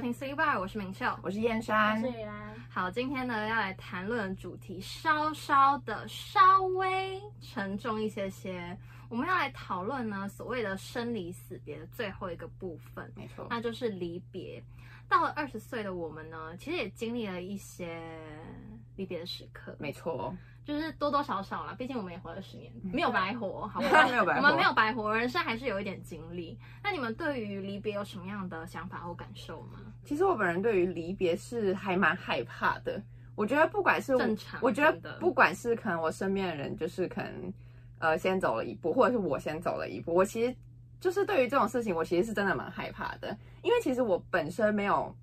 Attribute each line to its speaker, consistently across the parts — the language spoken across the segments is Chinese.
Speaker 1: 听 C Bar，我是明秀。
Speaker 2: 我是燕山，
Speaker 3: 是雨啦，
Speaker 1: 好，今天呢要来谈论的主题稍稍的稍微沉重一些些，我们要来讨论呢所谓的生离死别的最后一个部分。
Speaker 2: 没错，
Speaker 1: 那就是离别。到了二十岁的我们呢，其实也经历了一些离别的时刻，
Speaker 2: 没错，
Speaker 1: 就是多多少少啦。毕竟我们也活了十年，
Speaker 2: 嗯
Speaker 1: 没有白活，好吧？
Speaker 2: 没有白
Speaker 1: 我
Speaker 2: 活，
Speaker 1: 们没有白活，人生还是有一点经历。那你们对于离别有什么样的想法或感受吗？
Speaker 2: 其实我本人对于离别是还蛮害怕的。我觉得不管是我
Speaker 1: 正常
Speaker 2: 我觉
Speaker 1: 真的
Speaker 2: 得不管是可能我身边的人，就是可能呃先走了一步，或者是我先走了一步，我其实就是对于这种事情，我其实是真的蛮害怕的，因为其实我本身没有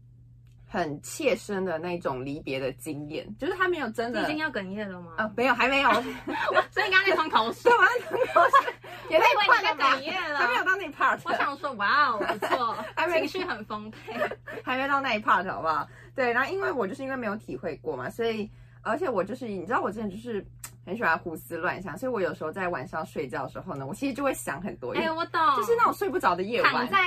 Speaker 2: 很切身的那种离别的经验，就是他没有真
Speaker 1: 你已
Speaker 2: 的
Speaker 1: 经要哽咽了吗？
Speaker 2: 呃没有 还没有，
Speaker 1: 所以你刚刚那吞口 水
Speaker 2: 对，，我也太快了吧
Speaker 1: 我以为你哽，咽
Speaker 2: 还没有
Speaker 1: 了。
Speaker 2: 到那一 part，
Speaker 1: 我想说，哇哦，不错，
Speaker 2: 还没
Speaker 1: 情绪很丰沛。
Speaker 2: 还没到那一 part 好不好？对，然后因为我就是因为没有体会过嘛，所以而且我就是你知道我之前就是很喜欢胡思乱想，所以我有时候在晚上睡觉的时候呢， 我其实就会想很多，
Speaker 1: 哎、我懂，
Speaker 2: 就是那种睡不着的夜
Speaker 1: 躺
Speaker 2: 晚，
Speaker 1: 在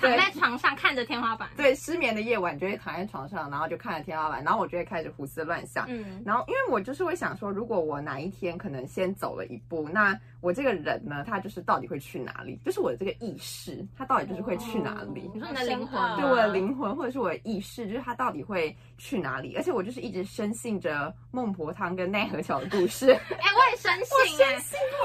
Speaker 1: 躺在床上看着天花板。
Speaker 2: 对失眠的夜晚，就会躺在床上，然后就看着天花板，然后我就会开始胡思乱想。
Speaker 1: 嗯，
Speaker 2: 然后，因为我就是会想说，如果我哪一天可能先走了一步，那我这个人呢，他就是到底会去哪里？就是我的这个意识，他到底就是会去哪
Speaker 3: 哦
Speaker 2: 里？啊
Speaker 1: 你说你的灵魂
Speaker 3: 啊
Speaker 1: 吗
Speaker 2: 对我的灵魂或者是我的意识，就是它到底会去哪里？而且我就是一直深信着孟婆汤跟奈何桥的故事，
Speaker 1: 哎、我也深信哎、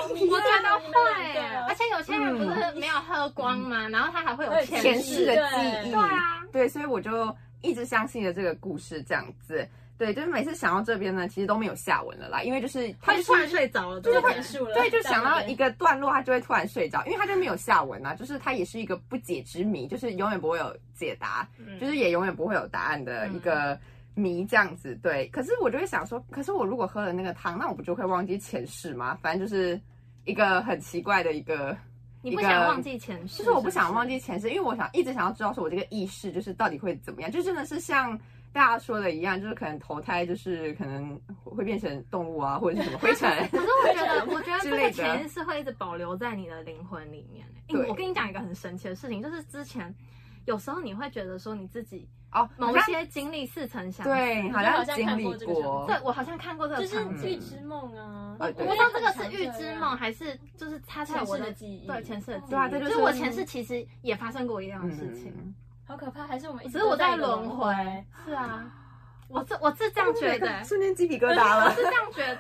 Speaker 1: 我觉得会欸，
Speaker 2: 啊
Speaker 1: 而
Speaker 3: 而且
Speaker 1: 且有些人不是没有喝光吗？然后他还会有
Speaker 3: 对
Speaker 2: 嗯前
Speaker 1: 前
Speaker 2: 世
Speaker 1: 世
Speaker 2: 的
Speaker 1: 的，
Speaker 2: 记忆。
Speaker 3: 对
Speaker 1: 对啊，
Speaker 2: 对，所以我就一直相信了这个故事这样子。对，就是每次想到这边呢，其实都没有下文了啦，因为就是他就是
Speaker 1: 睡着了，
Speaker 3: 就
Speaker 1: 对
Speaker 3: 是
Speaker 1: 不
Speaker 3: 会
Speaker 1: 对
Speaker 3: 束了，
Speaker 2: 对，就想到一个段落，他就会突然睡着，因为他就没有下文啊，就是他也是一个不解之谜，就是永远不会有解答，
Speaker 1: 嗯
Speaker 2: 就是也永远不会有答案的一个谜这样子。对，可是我就会想说，可是我如果喝了那个汤，那我不就会忘记前世吗？反正就是一个很奇怪的一个，
Speaker 1: 你不想忘记前世，
Speaker 2: 就是我不想忘
Speaker 1: 记。
Speaker 2: 记前世，因为我想一直想要知道说我这个意识就是到底会怎么样，就真的是像。大家说的一样，就是可能投胎，就是可能会变成动物啊，或者是什么灰尘。
Speaker 1: 可是我觉得，我觉得这
Speaker 2: 之类
Speaker 1: 个
Speaker 2: 的啊
Speaker 1: 潜意识会一直保留在你的灵魂里面欸、哎、
Speaker 2: 对
Speaker 1: 我跟你讲一个很神奇的事情，就是之前有时候你会觉得说你自己
Speaker 2: 哦，
Speaker 1: 某
Speaker 2: 好
Speaker 1: 一
Speaker 2: 像
Speaker 1: 些经历似曾相识，
Speaker 2: 对，好像经历过。
Speaker 1: 对我好像看过这个
Speaker 3: 就
Speaker 1: 场景，
Speaker 3: 是预知梦啊，
Speaker 2: 呃
Speaker 1: 我
Speaker 2: 对
Speaker 1: 不知道这个是预知梦，还是就是他在
Speaker 3: 前
Speaker 1: 我
Speaker 3: 世
Speaker 1: 的
Speaker 3: 的记忆，
Speaker 1: 对前世的记忆，
Speaker 2: 对啊这就是
Speaker 1: 所以我前世其实也发生过一样的事情。
Speaker 2: 嗯，
Speaker 3: 好可怕，还是我们一直
Speaker 1: 只是我
Speaker 3: 都
Speaker 1: 嗯在
Speaker 3: 在
Speaker 1: 轮回
Speaker 3: 回，。
Speaker 1: 是啊，我这我是这样觉得、
Speaker 2: 瞬间鸡皮疙瘩
Speaker 1: 我
Speaker 2: 啊 了啊
Speaker 1: 是。这样觉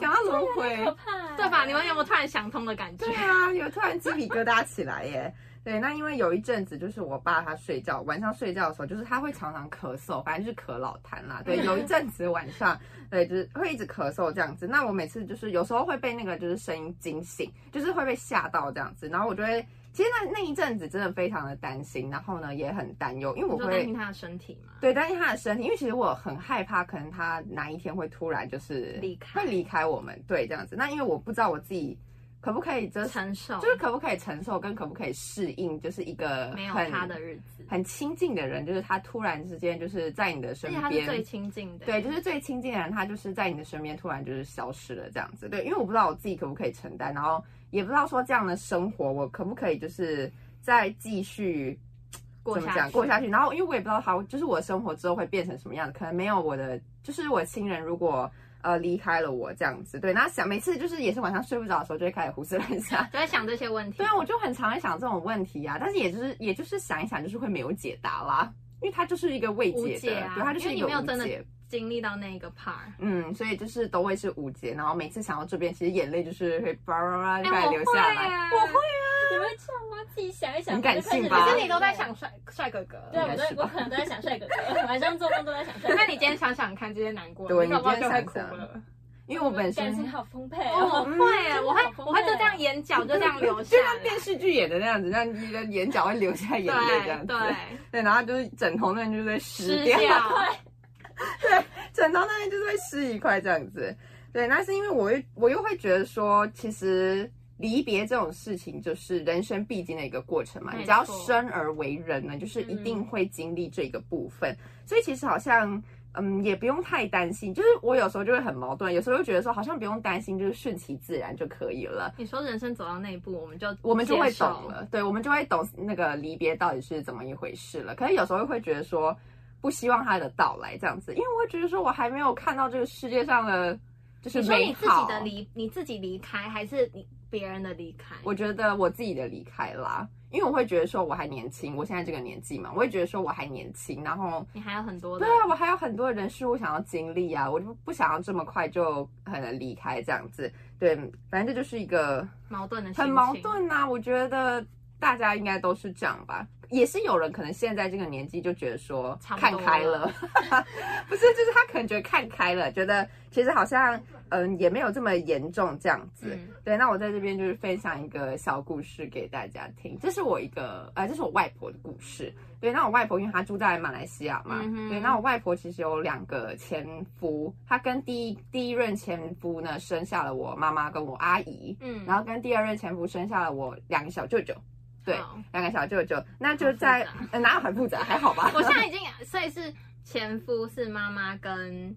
Speaker 2: 讲
Speaker 1: 得，
Speaker 2: 到轮
Speaker 3: 好可
Speaker 2: 回，
Speaker 3: 怕，
Speaker 1: 对吧？你们有没有突然想通的感觉
Speaker 2: 对？啊，有突然鸡皮疙瘩起来耶。 对，那因为有一阵子就是我爸他睡觉，晚上睡觉的时候，就是他会常常咳嗽，反正就是咳老痰啦。 对，有一阵子晚上，对，就是会一直咳嗽这样子。那我每次就是有时候会被那个就是声音惊醒，就是会被吓到这样子，然后我就会。其实那那一阵子真的非常的担心，然后呢也很担忧，因为我
Speaker 1: 你就
Speaker 2: 会
Speaker 1: 担心他的身体嘛。
Speaker 2: 对，担心他的身体，因为其实我很害怕，可能他哪一天会突然就是
Speaker 1: 离开
Speaker 2: 会离开我们，对，这样子。那因为我不知道我自己可不可以就是
Speaker 1: 承受
Speaker 2: 就是可不可以承受，跟可不可以适应，就是一个
Speaker 1: 没有
Speaker 2: 很
Speaker 1: 他的日子，
Speaker 2: 很亲近的人，就是他突然之间就是在你的
Speaker 1: 而
Speaker 2: 身
Speaker 1: 且他是
Speaker 2: 边，
Speaker 1: 最亲近的。
Speaker 2: 对，就是最亲近的人，他就是在你的身边突然就是消失了这样子。对，因为我不知道我自己可不可以承担，然后也不知道说这样的生活我可不可以就是再继续
Speaker 1: 过
Speaker 2: 怎么
Speaker 1: 下
Speaker 2: 讲
Speaker 1: 去，
Speaker 2: 过下去。然后因为我也不知道他就是我的生活之后会变成什么样子，可能没有我的，就是我亲人如果呃离开了我这样子，对，那想每次就是也是晚上睡不着的时候就会开始胡思乱想。
Speaker 1: 就在想这些问题。
Speaker 2: 对啊，我就很常在想这种问题啊，但是也就是也就是想一想，就是会没有解答啦，因为它就是一个未
Speaker 1: 无
Speaker 2: 解的，
Speaker 1: 解啊
Speaker 2: 对，它就是
Speaker 1: 因为你
Speaker 2: 一个
Speaker 1: 没有
Speaker 2: 无
Speaker 1: 真的
Speaker 2: 解。
Speaker 1: 经历到那一个 part。
Speaker 2: 嗯，所以就是都会是无解，然后每次想到这边，其实眼泪就是会叭叭叭
Speaker 1: 哎
Speaker 2: 就开始流
Speaker 1: 我会
Speaker 2: 下来。
Speaker 1: 耶
Speaker 3: 我会啊，你们这样吗？自己想一想，
Speaker 2: 很感性吧
Speaker 1: 可
Speaker 2: 啊
Speaker 1: 是你都在想帅帅哥哥，
Speaker 3: 对，我都我可能都在想帅哥哥，晚上做梦都在想帅哥哥。
Speaker 1: 那你今天想想看，这些难过，
Speaker 2: 对
Speaker 1: 搞不好
Speaker 2: 你
Speaker 1: 就
Speaker 2: 今
Speaker 1: 会
Speaker 2: 天
Speaker 1: 哭
Speaker 2: 想想
Speaker 1: 了。
Speaker 2: 因为我本身
Speaker 3: 感情好丰沛
Speaker 1: 哦，我
Speaker 3: 哦，
Speaker 1: 会耶，
Speaker 3: 嗯
Speaker 1: 我会
Speaker 3: 真的好，丰
Speaker 1: 我会就
Speaker 3: 沛
Speaker 1: 这样眼角就这样流下
Speaker 2: 就像
Speaker 1: 来，
Speaker 2: 电视剧演的那样子，让你的眼角会流下眼泪这样
Speaker 1: 对
Speaker 2: 子。
Speaker 1: 对，
Speaker 2: 对，然后就是枕头那边就是会湿
Speaker 1: 失
Speaker 2: 掉，
Speaker 1: 掉。
Speaker 2: 枕头那边就是会湿一块这样子。对，那是因为我又我又会觉得说，其实离别这种事情就是人生必经的一个过程嘛。
Speaker 1: 没
Speaker 2: 你只要
Speaker 1: 错嗯
Speaker 2: 生而为人呢，就是一定会经历这个部分。所以其实好像嗯，也不用太担心。就是我有时候就会很矛盾，有时候又觉得说好像不用担心，就是顺其自然就可以了。
Speaker 1: 你说人生走到那一步，我们就
Speaker 2: 我们就会
Speaker 1: 接受
Speaker 2: 懂了，对，我们就会懂那个离别到底是怎么一回事了。可是有时候会觉得说，不希望它的到来这样子，因为我会觉得说我还没有看到这个世界上的就是
Speaker 1: 你说
Speaker 2: 美
Speaker 1: 你自己
Speaker 2: 好。
Speaker 1: 的离，你自己离开，还是你别人的离开？
Speaker 2: 我觉得我自己的离开啦，因为我会觉得说我还年轻，我现在这个年纪嘛，我会觉得说我还年轻，然后
Speaker 1: 你还有很多的
Speaker 2: 对，啊，我还有很多人事物想要经历啊，我就不想要这么快就很离开这样子。对，反正这就是一个
Speaker 1: 矛盾的心情，嗯
Speaker 2: 很矛。盾呐、我觉得大家应该都是这样吧。也是有人可能现在这个年纪就觉得说
Speaker 1: 差不多
Speaker 2: 看开了，不是，就是他可能觉得看开了，觉得其实好像嗯、也没有这么严重这样子。
Speaker 1: 嗯，
Speaker 2: 对，那我在这边就是分享一个小故事给大家听，这是我一个呃，这是我外婆的故事。对，那我外婆因为她住在马来西亚嘛，
Speaker 1: 嗯哼
Speaker 2: 对，那我外婆其实有两个前夫，她跟第一第一任前夫呢生下了我妈妈跟我阿姨，
Speaker 1: 嗯
Speaker 2: 然后跟第二任前夫生下了我两个小舅舅，对
Speaker 1: 好
Speaker 2: 两个小舅舅，那就在
Speaker 1: 嗯好复
Speaker 2: 呃哪有很复杂，还好吧？
Speaker 1: 我现在已经，所以是前夫是妈妈跟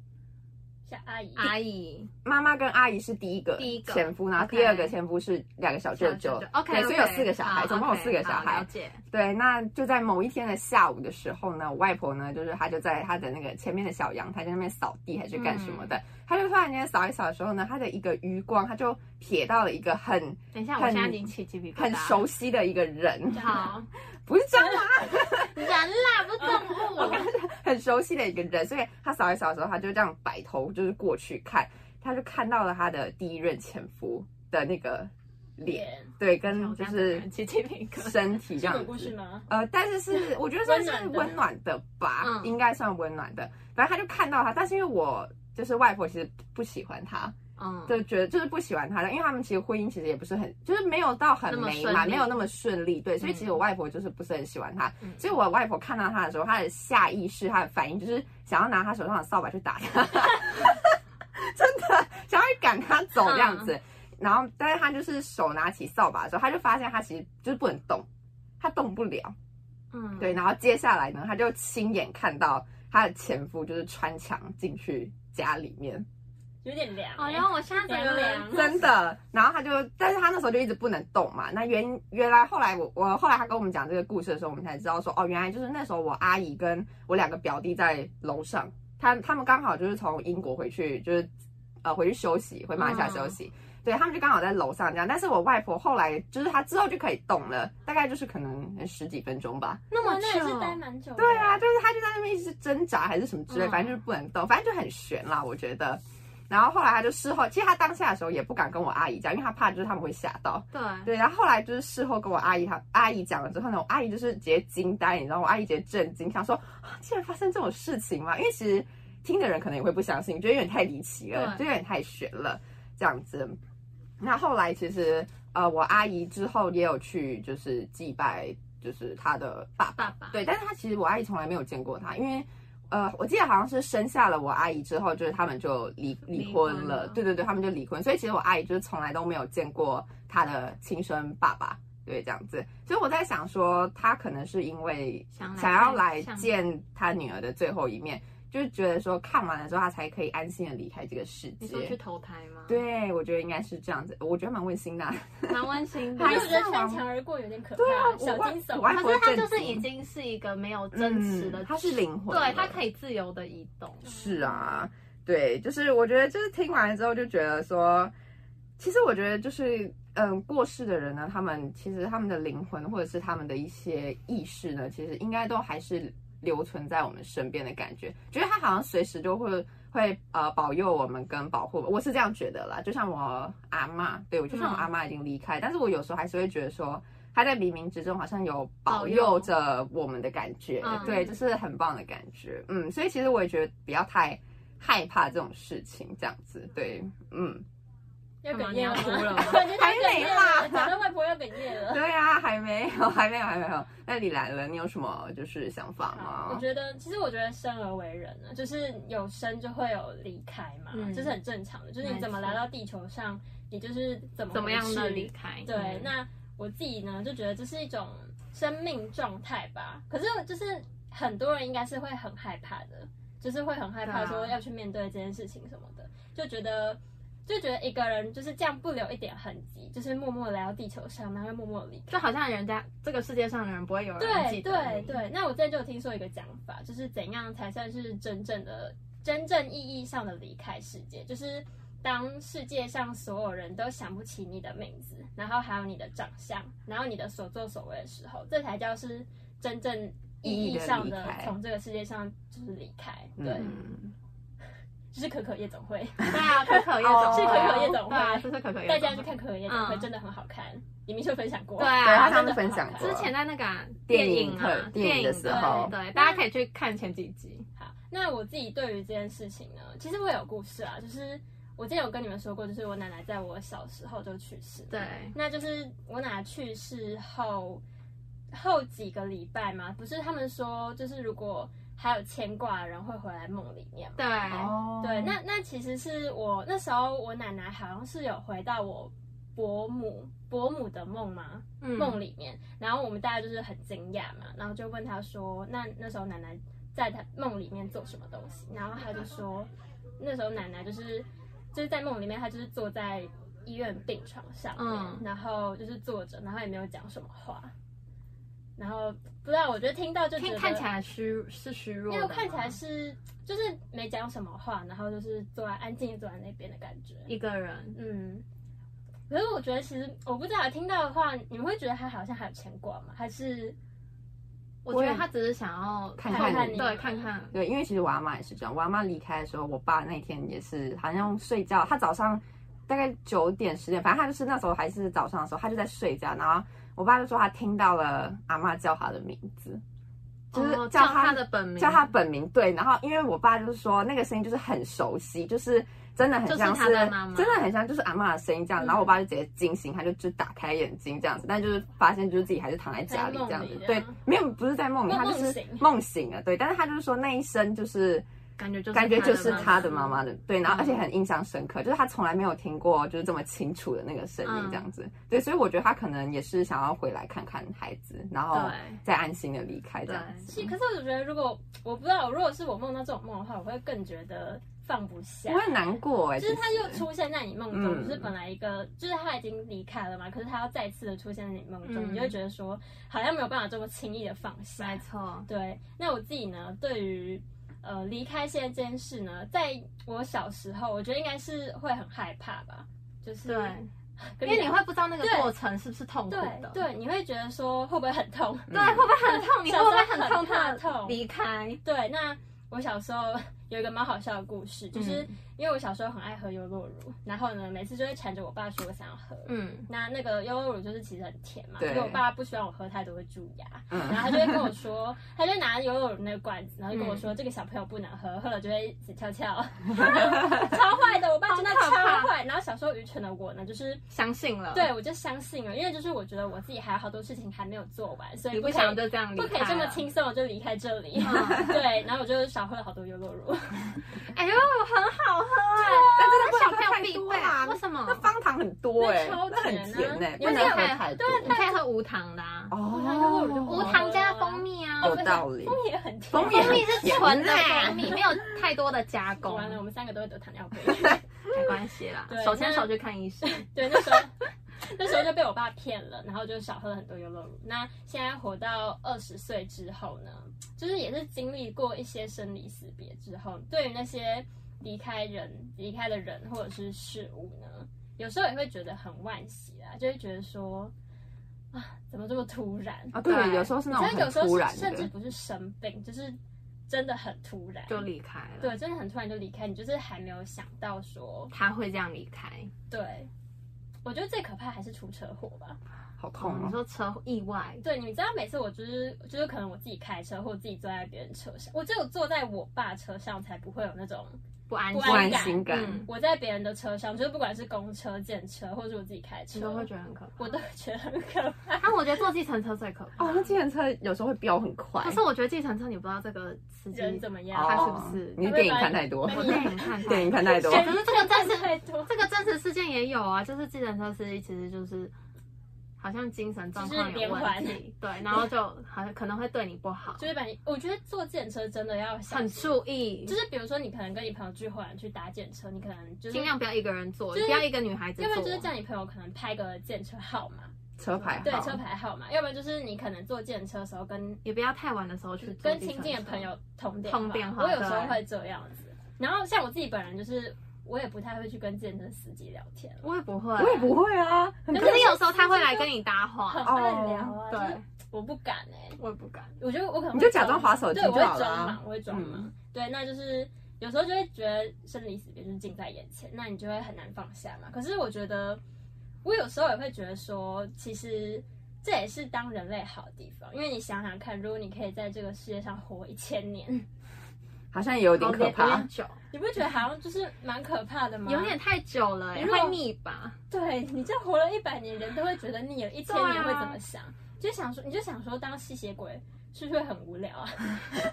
Speaker 3: 像阿姨，
Speaker 1: 阿姨，
Speaker 2: 妈妈跟阿姨是第一个
Speaker 1: 第一个
Speaker 2: 前夫，然后
Speaker 1: OK
Speaker 2: 第二个前夫是两个小舅舅
Speaker 1: OK，
Speaker 2: 对，所以有四个小孩，总共有四个小孩
Speaker 1: 了。解，
Speaker 2: 对，那就在某一天的下午的时候呢，我外婆呢，就是她就在她的那个前面的小阳台在那边扫地还是干什
Speaker 1: 嗯
Speaker 2: 么的，她就突然间扫一扫的时候呢，她的一个余光，她就瞥到了一个很
Speaker 1: 等一下，我
Speaker 2: 很
Speaker 1: 现在已经起鸡皮疙瘩，
Speaker 2: 很熟。悉的一个人，
Speaker 1: 好，
Speaker 2: 不是蟑螂，
Speaker 1: 人啦，不是动物。
Speaker 2: 很熟悉的一个人，所以她扫一扫的时候，她就这样摆头就是过去看，她就看到了她的第一任前夫的那个脸，
Speaker 3: 脸，
Speaker 2: 对，跟就是
Speaker 1: 起鸡皮疙瘩。
Speaker 2: 身体这 样
Speaker 3: 是鬼
Speaker 2: 子。
Speaker 3: 故事吗？
Speaker 2: 呃，但是是我觉得算是
Speaker 3: 温暖的
Speaker 2: 温暖的吧，
Speaker 1: 嗯
Speaker 2: 应该算温暖的。反正他就看到他，但是因为我就是外婆其实不喜欢他，
Speaker 1: 嗯，
Speaker 2: 就觉得就是不喜欢他的，因为他们其实婚姻其实也不是很，就是没有到很
Speaker 1: 那么
Speaker 2: 美
Speaker 1: 顺
Speaker 2: 满，
Speaker 1: 利
Speaker 2: 没有那么顺利，对，所以
Speaker 1: 嗯
Speaker 2: 其实我外婆就是不是很喜欢他。
Speaker 1: 嗯
Speaker 2: 所以我外婆看到他的时候，她的下意识，她的反应就是想要拿他手上的扫把去打他，真的想要赶他走这样子。然后，但是他就是手拿起扫把的时候，他就发现他其实就是不能动，他动不了。
Speaker 1: 嗯，
Speaker 2: 对，，然后接下来呢，她就亲眼看到她的前夫就是穿墙进去家里面，
Speaker 3: 有点凉欸。
Speaker 1: 哦，然后我现在整个
Speaker 3: 凉
Speaker 1: 人
Speaker 3: 凉
Speaker 2: 真的。然后她就，但是她那时候就一直不能动嘛。那原原来后来我我后来她跟我们讲这个故事的时候，我们才知道说，哦，原来就是那时候我阿姨跟我两个表弟在楼上，他他们刚好就是从英国回去，就是呃回去休息，回马来西亚休息。对他们就刚好在楼上这样，但是我外婆后来就是她之后就可以动了，大概就是可能十几分钟吧。
Speaker 1: 那
Speaker 3: 哇
Speaker 1: 么
Speaker 3: 那也是待
Speaker 1: 久，
Speaker 3: 蛮久的。
Speaker 2: 对啊，就是他就在那边一直挣扎还是什么之类，
Speaker 1: 嗯
Speaker 2: 反正就是不能动，反正就很悬啦，我觉得。然后后来他就事后，其实他当下的时候也不敢跟我阿姨讲，因为他怕就是他们会吓到。
Speaker 1: 对，
Speaker 2: 对，然后后来就是事后跟我阿姨她阿姨讲了之后呢，我阿姨就是直接惊呆，你知道吗，我阿姨直接震惊，想说啊，竟然发生这种事情吗？因为其实听的人可能也会不相信，觉得有点太离奇了，
Speaker 1: 对
Speaker 2: 就有点太悬了，这样子。那后来其实呃，我阿姨之后也有去就是祭拜，就是她的爸爸。
Speaker 1: 爸爸，
Speaker 2: 对，但是他其实我阿姨从来没有见过他，因为呃，我记得好像是生下了我阿姨之后，就是他们就离离
Speaker 1: 离
Speaker 2: 婚
Speaker 1: 婚
Speaker 2: 了，
Speaker 1: 了
Speaker 2: 对对对，他们就离婚，所以其实我阿姨就是从来都没有见过她的亲生爸爸，对，这样子，所以我在想说，他可能是因为
Speaker 1: 想来
Speaker 2: 想要
Speaker 1: 看
Speaker 2: 来
Speaker 1: 相
Speaker 2: 见他女儿的最后一面，就是觉得说看完了之后，他才可以安心的离开这个世
Speaker 1: 你说去
Speaker 2: 界。
Speaker 1: 投胎吗？，
Speaker 2: 对，我觉得应该是这样子，我觉得蛮温馨的啊、
Speaker 1: 蛮温馨的
Speaker 3: 可。是我觉得
Speaker 2: 还
Speaker 3: 穿
Speaker 2: 向
Speaker 3: 墙而过有点可怕，
Speaker 2: 对啊我
Speaker 3: 小
Speaker 2: 外
Speaker 3: 惊
Speaker 2: 我
Speaker 3: 悚。
Speaker 2: 外
Speaker 1: 可是他就
Speaker 2: 震
Speaker 1: 是
Speaker 2: 惊
Speaker 1: 已经是一个没有 真实的
Speaker 2: 嗯，，他是灵魂了，
Speaker 1: 对他可以自由的移动。
Speaker 2: 是啊，对，就是我觉得就是听完了之后就觉得说，其实我觉得就是嗯，过世的人呢，他们其实他们的灵魂或者是他们的一些意识呢，其实应该都还是留存在我们身边的感觉，觉得他好像随时都会。会呃保佑我们跟保护我们，我是这样觉得啦。就像我阿嬷，对我就像我
Speaker 1: 嗯
Speaker 2: 阿嬷已经离开，但是我有时候还是会觉得说，她在冥冥之中好像有保
Speaker 1: 保佑
Speaker 2: 佑着我们的感觉，
Speaker 1: 嗯
Speaker 2: 对，就是很棒的感觉。嗯，所以其实我也觉得不要太害怕这种事情，这样子，对，嗯，
Speaker 3: 嗯要哽
Speaker 1: 你
Speaker 3: 咽
Speaker 1: 要
Speaker 3: 了
Speaker 1: 哭
Speaker 3: 吗？
Speaker 1: 了吗？
Speaker 3: 感觉到
Speaker 2: 还
Speaker 3: 哽
Speaker 2: 没
Speaker 3: 咽
Speaker 2: 啦
Speaker 3: 了， 讲到外婆要哽 咽了。
Speaker 2: 对啊，还没有，还没有，还没有。那你来了，你有什么就是想法
Speaker 3: 好我
Speaker 2: 吗？
Speaker 3: 觉得，其实我觉得生而为人呢，就是有生就会有离开嘛，
Speaker 1: 嗯
Speaker 3: 这是很正常的。就是你怎么
Speaker 1: 没错
Speaker 3: 来到地球上，你就是怎么
Speaker 1: 怎么样的
Speaker 3: 回事
Speaker 1: 离开？
Speaker 3: 对，
Speaker 1: 嗯
Speaker 3: 那我自己呢，就觉得这是一种生命状态吧。可是就是很多人应该是会很害怕的，就是会很害怕
Speaker 1: 对啊
Speaker 3: 说要去面对这件事情什么的，就觉得就觉得一个人就是这样不留一点痕迹，就是默默地来到地球上，然后又默默地离开。
Speaker 1: 就好像人家这个世界上的人不会有人
Speaker 3: 对
Speaker 1: 记得
Speaker 3: 对
Speaker 1: 你，
Speaker 3: 对，那我之前就有听说一个讲法，就是怎样才算是真正的、真正意义上的离开世界，就是当世界上所有人都想不起你的名字，然后还有你的长相，然后你的所作所为的时候，这才叫是真正意义上
Speaker 2: 意义的
Speaker 3: 的
Speaker 2: 离开
Speaker 3: 从这个世界上就是离开。对，
Speaker 2: 嗯，
Speaker 3: 就是可可夜总会，
Speaker 1: 对啊，可可夜总会
Speaker 2: 是可可
Speaker 3: 夜总会
Speaker 1: 对啊，这是可可夜
Speaker 3: 大
Speaker 1: 总会。
Speaker 3: 家去看可可夜总会，
Speaker 1: 嗯
Speaker 3: 真的很好看。你明秀分享过，
Speaker 1: 对
Speaker 2: 对他
Speaker 1: 啊，
Speaker 2: 上次分享过
Speaker 1: 之前在那个啊
Speaker 2: 电影
Speaker 1: 影啊
Speaker 2: 特电影的时候
Speaker 1: 对，对大家可以去看前几集。
Speaker 3: 好，那我自己对于这件事情呢，其实我有故事啊，就是我之前有跟你们说过，就是我奶奶在我小时候就去世。
Speaker 1: 对，
Speaker 3: 那就是我奶奶去世后后几个礼拜嘛，不是他们说就是如果还有牵挂的人会回来梦里面嘛。
Speaker 1: 对，
Speaker 2: 哦
Speaker 3: 对，那那其实是我那时候我奶奶好像是有回到我伯母伯母的梦吗？
Speaker 1: 嗯
Speaker 3: 梦里面，然后我们大家就是很惊讶嘛，然后就问他说，那那时候奶奶在她梦里面做什么东西？然后他就说，那时候奶奶就是就是在梦里面，她就是坐在医院病床上面，
Speaker 1: 嗯
Speaker 3: 然后就是坐着，然后也没有讲什么话，然后不知道，我觉得听到就
Speaker 1: 看
Speaker 3: 觉得
Speaker 1: 看起来虚是虚弱
Speaker 3: 因
Speaker 1: 的
Speaker 3: 为
Speaker 1: 吗，
Speaker 3: 看起来是就是没讲什么话，然后就是坐在安静地坐在那边的感觉，
Speaker 1: 一个人，
Speaker 3: 嗯，可是我觉得其实我不知道听到的话，你们会觉得他好像还有牵挂吗？还是
Speaker 1: 我觉得他只是想要
Speaker 2: 看
Speaker 3: 看你
Speaker 1: 对，看看，
Speaker 2: 对，因为其实我阿妈也是这样，我阿妈离开的时候，我爸那天也是好像睡觉，他早上大概九点十点，反正他就是那时候还是早上的时候，他就在睡觉，然后我爸就说他听到了阿妈叫他的名字，就是
Speaker 1: 哦
Speaker 2: 叫
Speaker 1: 叫
Speaker 2: 他
Speaker 1: 的本名，
Speaker 2: 叫他本名对，然后因为我爸就是说那个声音就是很熟悉，就是真的很像
Speaker 1: 就是他的妈妈
Speaker 2: 真的很像就是阿嬷的声音这样，
Speaker 3: 嗯
Speaker 2: 然后我爸就直接惊醒，他就就打开眼睛这样子，但就是发现就是自己还是躺在家里这样子
Speaker 1: 啊
Speaker 3: 在梦里，这
Speaker 2: 对
Speaker 3: 样，
Speaker 2: 没有不是在梦里，
Speaker 3: 梦
Speaker 2: 他就
Speaker 3: 梦
Speaker 2: 是
Speaker 3: 醒
Speaker 2: 梦醒了，对，但是他就是说那一声就是。
Speaker 1: 感觉就是
Speaker 2: 感觉就是他
Speaker 1: 他
Speaker 2: 的妈妈的，对，
Speaker 1: 嗯
Speaker 2: 然后而且很印象深刻，就是他从来没有听过就是这么清楚的那个声音
Speaker 1: 嗯
Speaker 2: 这样子，对，所以我觉得他可能也是想要回来看看孩子，然后
Speaker 1: 对
Speaker 2: 再安心的离开这样
Speaker 1: 嗯
Speaker 3: 其
Speaker 2: 子
Speaker 3: 实，。可是我觉得如果我不知道，如果是我梦到这种梦的话，我会更觉得放不下，
Speaker 2: 我会难过哎、
Speaker 3: 就是
Speaker 2: 其
Speaker 3: 他
Speaker 2: 实
Speaker 3: 又出现在你梦中，
Speaker 2: 嗯
Speaker 3: 就是本来一个，就是他已经离开了嘛，可是他要再次的出现在你梦中，
Speaker 1: 嗯
Speaker 3: 你就会觉得说好像没有办法这么轻易的放下。
Speaker 1: 没错，
Speaker 3: 对，那我自己呢，对于呃离开现在这件事呢，在我小时候，我觉得应该是会很害怕吧，就是
Speaker 1: 对，
Speaker 3: 跟
Speaker 1: 因为你
Speaker 3: 讲
Speaker 1: 会不知道那个
Speaker 3: 嗯对
Speaker 1: 过程是不是痛苦的嗯
Speaker 3: 对，对，你会觉得说会不会很痛？
Speaker 2: 嗯
Speaker 1: 对，会不会很痛？你会
Speaker 3: 小
Speaker 1: 不
Speaker 3: 时候
Speaker 1: 会很痛？
Speaker 3: 很怕
Speaker 1: 他
Speaker 3: 痛
Speaker 1: 离开，
Speaker 3: 对，那我小时候有一个蛮好笑的故事，就是
Speaker 1: 嗯
Speaker 3: 因为我小时候很爱喝优酪乳，然后呢，每次就会缠着我爸说我想要喝。
Speaker 1: 嗯，
Speaker 3: 那那个优酪乳就是其实很甜嘛，
Speaker 2: 对
Speaker 3: 所以我爸不希望我喝太多会蛀牙，
Speaker 2: 嗯
Speaker 3: 然后他就会跟我 说，他就拿优酪乳那个罐子，然后就跟我说、这个小朋友不能喝，喝了就会死 翘翘，超坏的，我爸真的
Speaker 1: 好可怕
Speaker 3: 超坏。然后小时候愚蠢的我呢，就是
Speaker 1: 相信了，
Speaker 3: 对，我就相信了，因为就是我觉得我自己还有好多事情还没有做完，所以
Speaker 1: 你不
Speaker 3: 可以
Speaker 1: 想就这样离开，
Speaker 3: 不可以这么。轻松地就离开这里。
Speaker 2: 啊
Speaker 1: 嗯
Speaker 3: 对，然后我就少喝了好多优酪乳，
Speaker 1: 哎呦，很好喝哎，
Speaker 2: 但真的不
Speaker 1: 小
Speaker 2: 能
Speaker 1: 朋友
Speaker 2: 喝太
Speaker 1: 必
Speaker 2: 多啦
Speaker 1: 备，为什么
Speaker 2: 那？方糖很多哎、
Speaker 3: 那超
Speaker 2: 那很
Speaker 3: 甜啊
Speaker 2: 甜哎、
Speaker 3: 因
Speaker 2: 不
Speaker 3: 为
Speaker 2: 能
Speaker 1: 那
Speaker 2: 喝
Speaker 1: 个
Speaker 2: 太多。
Speaker 1: 你可以喝无糖的啊，
Speaker 3: 哦
Speaker 1: 无糖加蜂蜜啊，
Speaker 2: 有道理
Speaker 3: 蜂蜜也很甜，
Speaker 2: 蜂蜜
Speaker 1: 蜂 蜜是纯的
Speaker 2: 甜
Speaker 1: 蜂蜜，没有太多的加工，
Speaker 3: 完了，我们三个都会得糖尿病。
Speaker 1: 没关系啦
Speaker 3: 对，
Speaker 1: 手牵
Speaker 3: 那
Speaker 1: 手去看医生。
Speaker 3: 对，那时候那时候就被我爸骗了，然后就少喝了很多优酪乳。那现在活到二十岁之后呢，就是也是经历过一些生离死别之后，对于那些离开人、离开的人或者是事物呢，有时候也会觉得很惋惜啦，就会觉得说啊，怎么这么突然？
Speaker 2: 啊，对，
Speaker 1: 对
Speaker 2: 有时候是那
Speaker 3: 我
Speaker 2: 种
Speaker 3: 觉得有
Speaker 2: 很
Speaker 3: 时候
Speaker 2: 突
Speaker 3: 是
Speaker 2: 然
Speaker 3: 甚至
Speaker 2: 的，
Speaker 3: 不是生病，就是真的很突然，
Speaker 1: 就离开了。，
Speaker 3: 对，真的很突然就离开，你就是还没有想到说，
Speaker 1: 他会这样离开。
Speaker 3: 对，我觉得最可怕还是出车祸吧。
Speaker 2: 好痛
Speaker 1: 你
Speaker 2: 哦。
Speaker 1: 说车祸意外，
Speaker 3: 对，你知道每次我就是就是可能我自己开车或者自己坐在别人车上，我只有坐在我爸车上才不会有那种
Speaker 1: 不安
Speaker 3: 不
Speaker 2: 不安
Speaker 3: 感
Speaker 2: 心感，
Speaker 1: 嗯
Speaker 3: 我在别人的车上，就是不管是公车、电车或者我自己开
Speaker 1: 你都
Speaker 3: 车
Speaker 1: 会，觉得很可怕。
Speaker 3: 我都会觉得很可怕。
Speaker 1: 但我觉得坐计程车最可怕。
Speaker 2: 哦，那计程车有时候会飙很快。
Speaker 1: 可是我觉得计程车，你不知道这个司机
Speaker 3: 人怎么样
Speaker 1: 他
Speaker 2: 哦
Speaker 1: 是不是？
Speaker 2: 你是电影看太多
Speaker 3: 会，不
Speaker 1: 我
Speaker 3: 会把
Speaker 1: 电影看
Speaker 2: 电
Speaker 1: 太
Speaker 2: 影看太多。
Speaker 1: 可是这个真是
Speaker 3: 太多，
Speaker 1: 这个真实事件也有啊，就是计程车司机其实就是。好像精神状况
Speaker 3: 就是
Speaker 1: 有
Speaker 3: 连环
Speaker 1: 问题，对，然后就好像可能会对你不好，
Speaker 3: 就是把你，我觉得坐电车真的要小
Speaker 1: 很
Speaker 3: 心，
Speaker 1: 注意，
Speaker 3: 就是比如说你可能跟你朋友去花园去搭电车，你可能就是
Speaker 1: 尽量不要一个人坐，
Speaker 3: 就是
Speaker 1: 不要一个女孩子
Speaker 3: 要
Speaker 1: 坐，
Speaker 3: 不然就是叫你朋友可能拍个电车号码，
Speaker 2: 车牌号，
Speaker 3: 对，车牌号码；要不然就是你可能坐电车的时候跟
Speaker 1: 也不要太晚的时候去坐
Speaker 3: 跟
Speaker 1: 计程
Speaker 3: 亲近的
Speaker 1: 车
Speaker 3: 朋友通电
Speaker 1: 通电话
Speaker 3: 我有时候会这样子。然后像我自己本人就是，我也不太会去跟健身司机聊天，
Speaker 1: 我也不会，
Speaker 2: 我也不会啊，很
Speaker 1: 可是有时候他会来跟你搭
Speaker 3: 很
Speaker 1: 话，
Speaker 3: 会聊啊，就
Speaker 1: 哦对
Speaker 3: 是，我不敢哎、
Speaker 1: 我也不敢。
Speaker 3: 我觉得我可能会
Speaker 2: 你就假装滑手机
Speaker 3: 对，
Speaker 2: 就
Speaker 3: 我会
Speaker 2: 好了
Speaker 3: 装
Speaker 2: 啊
Speaker 3: 忙，我会装忙。
Speaker 2: 嗯
Speaker 3: 对，那就是有时候就会觉得生离死别就是近在眼前，那你就会很难放下嘛。可是我觉得，我有时候也会觉得说，其实这也是当人类好的地方，因为你想想看，如果你可以在这个世界上活一千年，
Speaker 2: 嗯好像也有点
Speaker 1: 好
Speaker 2: 可
Speaker 1: 有
Speaker 2: 怕
Speaker 1: 点。久，
Speaker 3: 你不觉得好像就是蛮可怕的吗？
Speaker 1: 有点太久了、
Speaker 3: 你
Speaker 1: 欸，
Speaker 3: 如果
Speaker 1: 会腻吧？
Speaker 3: 对，你这活了一百年，人都会觉得腻了，一千
Speaker 1: 对啊
Speaker 3: 年会怎么想？就想说，你就想说，当吸血鬼是不是会很无聊啊？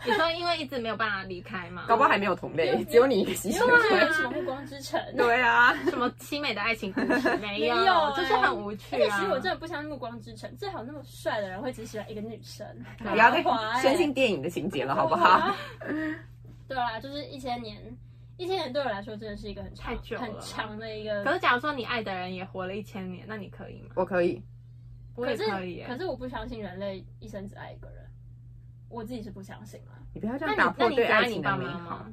Speaker 1: 你说因为一直没有办法离开嘛？
Speaker 2: 搞不好还没有同
Speaker 3: 因为
Speaker 2: 类，只有你一个吸
Speaker 3: 因
Speaker 2: 血
Speaker 3: 为
Speaker 2: 鬼。
Speaker 3: 什么暮光之城？
Speaker 2: 对啊，
Speaker 1: 什么凄美的爱情故 事没有，
Speaker 3: 没有欸
Speaker 1: 就是很无
Speaker 3: 而
Speaker 1: 趣
Speaker 3: 且
Speaker 1: 啊。
Speaker 3: 其实我真的不相信《暮光之城》，最好那么帅的人会只喜欢一个女生，
Speaker 2: 不要再
Speaker 3: 很滑欸啊
Speaker 2: 深信电影的情节了，好不好？？
Speaker 3: 对啊，就是一千年，一千年对我来说真的是一个很长
Speaker 1: 太久了
Speaker 3: 很长的一个。
Speaker 1: 可是假如说你爱的人也活了一千年，那你可以吗？
Speaker 2: 我可以，
Speaker 1: 我也
Speaker 3: 是
Speaker 1: 可以、欸。
Speaker 3: 是我不相信人类一生只爱一个人，我自己是不相信啊。
Speaker 2: 你不要这
Speaker 1: 那
Speaker 2: 样
Speaker 1: 你
Speaker 2: 打
Speaker 1: 那
Speaker 2: 破
Speaker 1: 你
Speaker 2: 对
Speaker 1: 只爱
Speaker 2: 爱
Speaker 1: 你
Speaker 2: 情
Speaker 1: 爸
Speaker 2: 的美
Speaker 1: 妈
Speaker 2: 好
Speaker 1: 吗。？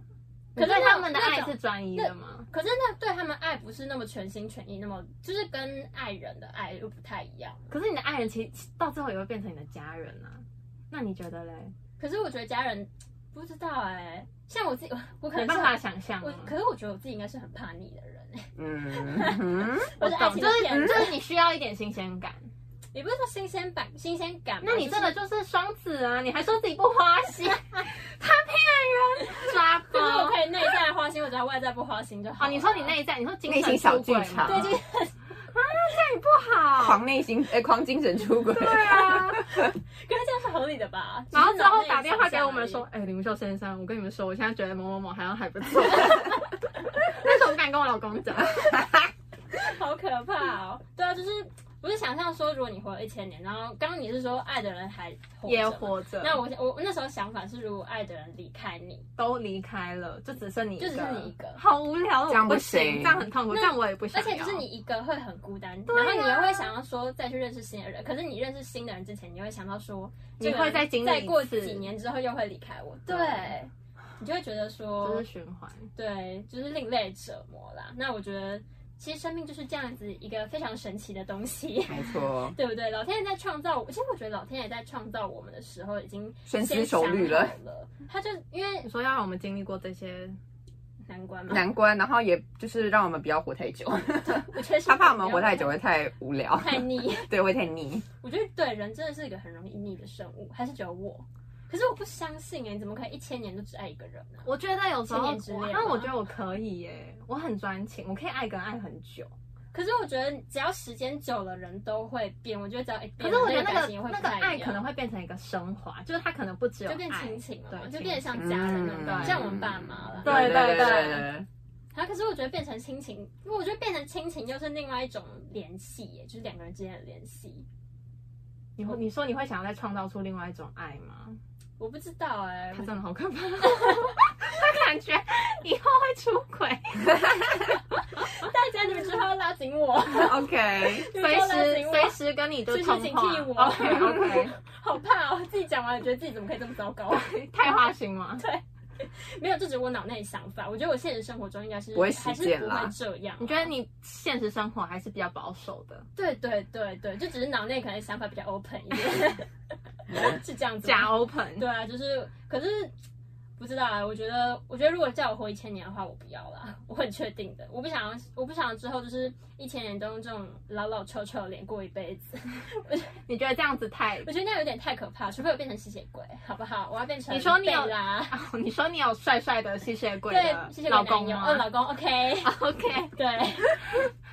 Speaker 3: 可是
Speaker 1: 你对
Speaker 3: 那
Speaker 1: 他们的
Speaker 3: 那
Speaker 1: 爱
Speaker 3: 种
Speaker 1: 是专一的吗？
Speaker 3: 可是那对他们爱不是那么全心全意，那么就是跟爱人的爱又不太一样。
Speaker 1: 可是你的爱人其实到最后也会变成你的家人啊。那你觉得嘞？
Speaker 3: 可是我觉得家人不知道哎、像我自己，我我可
Speaker 1: 没
Speaker 3: 能是
Speaker 1: 办法想象
Speaker 3: 我
Speaker 1: 啊。，
Speaker 3: 可是我觉得我自己应该是很怕腻的人、欸。
Speaker 2: 嗯 哼，
Speaker 1: 我
Speaker 3: 我是嗯爱
Speaker 1: 懂，
Speaker 3: 情
Speaker 1: 就
Speaker 3: 的
Speaker 1: 是
Speaker 3: 骗子
Speaker 1: 就是你需要一点新鲜感。
Speaker 3: 也不是说新鲜感，新鲜感吧。
Speaker 1: 那你
Speaker 3: 就
Speaker 1: 真的就是双子啊！你还说自己不花心， 他骗人，抓
Speaker 3: 是，就是我
Speaker 1: 包！
Speaker 3: 可以内在花心，我只要外在不花心就好
Speaker 1: 哦，
Speaker 3: 了。
Speaker 1: 你说你内在，你说精神
Speaker 2: 内心小
Speaker 1: 出轨
Speaker 2: 剧场
Speaker 3: 对，
Speaker 1: 吗
Speaker 3: 就
Speaker 1: 啊不好。
Speaker 2: 狂内心，哎，狂精神出轨。
Speaker 1: 对 啊，
Speaker 3: 可是这样是合理的吧？
Speaker 1: 然后
Speaker 3: 只
Speaker 1: 之
Speaker 3: 是脑
Speaker 1: 后
Speaker 3: 内
Speaker 1: 打电话给我们
Speaker 3: 想
Speaker 1: 说
Speaker 3: 象而，
Speaker 1: 哎，林秀先生，我跟你们说，我现在觉得某某某好像还不 错。但是我不敢跟我老公讲，
Speaker 3: 已，好可怕哦。对啊，就是我是想象说，如果你活了一千年，然后刚刚你是说爱的人还活 着
Speaker 1: 也
Speaker 3: 嘛。
Speaker 1: 活着。
Speaker 3: 那我我我那时候想法是，如果爱的人离开你，
Speaker 1: 都离开了，就只剩你一个，
Speaker 3: 就只剩你一个
Speaker 1: 好无聊，哦
Speaker 2: 这样
Speaker 1: 我不
Speaker 2: 不行
Speaker 1: 这样很痛苦，
Speaker 3: 那
Speaker 1: 这样我也不想
Speaker 3: 而
Speaker 1: 要。
Speaker 3: 且就是你一个会很孤单，
Speaker 1: 对啊
Speaker 3: 然后你也会想要说再去认识新的人。可是你认识新的人之前，你会想到说，
Speaker 1: 你
Speaker 3: 这个人
Speaker 1: 会再经历
Speaker 3: 再过
Speaker 1: 一次
Speaker 3: 几年之后又会离开我，对
Speaker 1: 对，
Speaker 3: 你就会觉得说，
Speaker 1: 就是循环，
Speaker 3: 对，就是另类折磨啦。那我觉得，其实生命就是这样子一个非常神奇的东西，
Speaker 2: 没错，
Speaker 3: 对不对？老天爷在创造我，其实我觉得老天爷在创造我们的时候已经
Speaker 2: 深思
Speaker 3: 先
Speaker 2: 熟虑
Speaker 3: 想好
Speaker 2: 了
Speaker 3: 了。他就因为
Speaker 1: 你说要让我们经历过这些，
Speaker 3: 难关嘛，
Speaker 2: 难关，然后也就是让我们不要活 太久，
Speaker 3: 我确实
Speaker 2: 他怕我们活太久会太无聊，
Speaker 3: 太腻。
Speaker 2: 对，会太腻。
Speaker 3: 我觉得对人真的是一个很容易腻的生物，还是只有我。可是我不相信哎、你怎么可以一千年都只爱一个人啊呢、
Speaker 1: 我觉得有时候
Speaker 3: 千年之恋吗
Speaker 1: 但我觉得我可以耶，我很专情，我可以爱一个人爱很久。
Speaker 3: 可是我觉得只要时间久了，人都会变。我觉得只要一
Speaker 1: 可
Speaker 3: 变
Speaker 1: 是
Speaker 3: 了，
Speaker 1: 我觉得那
Speaker 3: 感
Speaker 1: 个
Speaker 3: 情也会
Speaker 1: 那
Speaker 3: 不
Speaker 1: 个
Speaker 3: 太一样
Speaker 1: 爱可能会变成一个升华，就是它可能不只有
Speaker 3: 就变
Speaker 1: 爱
Speaker 3: 亲情了嘛，
Speaker 1: 对
Speaker 3: 就变得像
Speaker 2: 亲情
Speaker 3: 家人那种感
Speaker 1: 嗯
Speaker 3: 觉，像我们爸妈了。
Speaker 1: 对对对
Speaker 2: 对对，
Speaker 3: 啊，可是我觉得变成亲情，因为我觉得变成亲情又是另外一种联系耶，就是两个人之间的联系。
Speaker 1: 你
Speaker 3: 哦
Speaker 1: 会你说你会想要再创造出另外一种爱吗？
Speaker 3: 我不知道哎、
Speaker 1: 他真的好可 怕，他感觉以后会出轨，
Speaker 3: 大家你们之后要拉紧我，
Speaker 2: OK，
Speaker 3: 你们
Speaker 1: 随
Speaker 3: 之后拉
Speaker 1: 时
Speaker 3: 紧我
Speaker 1: 随时跟你就
Speaker 3: 随时
Speaker 1: 通
Speaker 3: 警
Speaker 1: 话
Speaker 3: 惕。
Speaker 1: OK
Speaker 3: 我
Speaker 1: OK，
Speaker 3: 好怕哦！自己讲完，觉得自己怎么可以这么糟糕？
Speaker 1: 太花心吗？
Speaker 3: 没有，这只是我脑内的想法。我觉得我现实生活中应该是
Speaker 2: 不会实
Speaker 3: 还是
Speaker 2: 践
Speaker 3: 不
Speaker 2: 啦
Speaker 3: 会这样。啊
Speaker 1: 你觉得？你现实生活还是比较保守的，
Speaker 3: 对对对对，就只是脑内可能想法比较 open 一点， 是这样子吗。
Speaker 1: 假 open，
Speaker 3: 对啊，就是可是不知道啊，我觉得，我觉得如果叫我活一千年的话，我不要啦，我很确定的，我不想要，我不想要之后就是一千年都用这种老老臭臭的脸过一辈子，
Speaker 1: 你觉得这样子太
Speaker 3: 我觉得那样有点太可怕，除非我变成吸血鬼，好不好？我要变成
Speaker 1: 你说你有
Speaker 3: 贝拉，
Speaker 1: 啊你说你有帅帅的吸血鬼
Speaker 3: 对，吸血
Speaker 1: 的老
Speaker 3: 鬼男
Speaker 1: 公
Speaker 3: 友，
Speaker 1: 吗？啊
Speaker 3: 哦，老公，OK，
Speaker 1: OK，
Speaker 3: 对，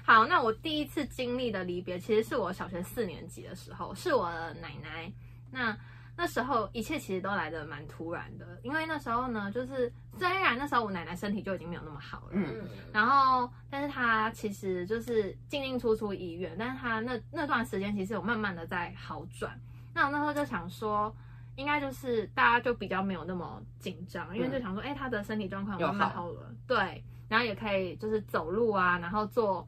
Speaker 1: 好，那我第一次经历的离别，其实是我小学四年级的时候，是我的奶奶。那那时候一切其实都来的蛮突然的，因为那时候呢，就是虽然那时候我奶奶身体就已经没有那么好了，
Speaker 2: 嗯
Speaker 3: 嗯，
Speaker 1: 然后但是她其实就是进进出出医院，但是她那那段时间其实有慢慢的在好转。那我那时候就想说。应该就是大家就比较没有那么紧张，因为
Speaker 2: 嗯
Speaker 1: 就想说，哎、她的身体状况
Speaker 2: 有
Speaker 1: 慢慢
Speaker 2: 好
Speaker 1: 好了，对，然后也可以就是走路啊，然后做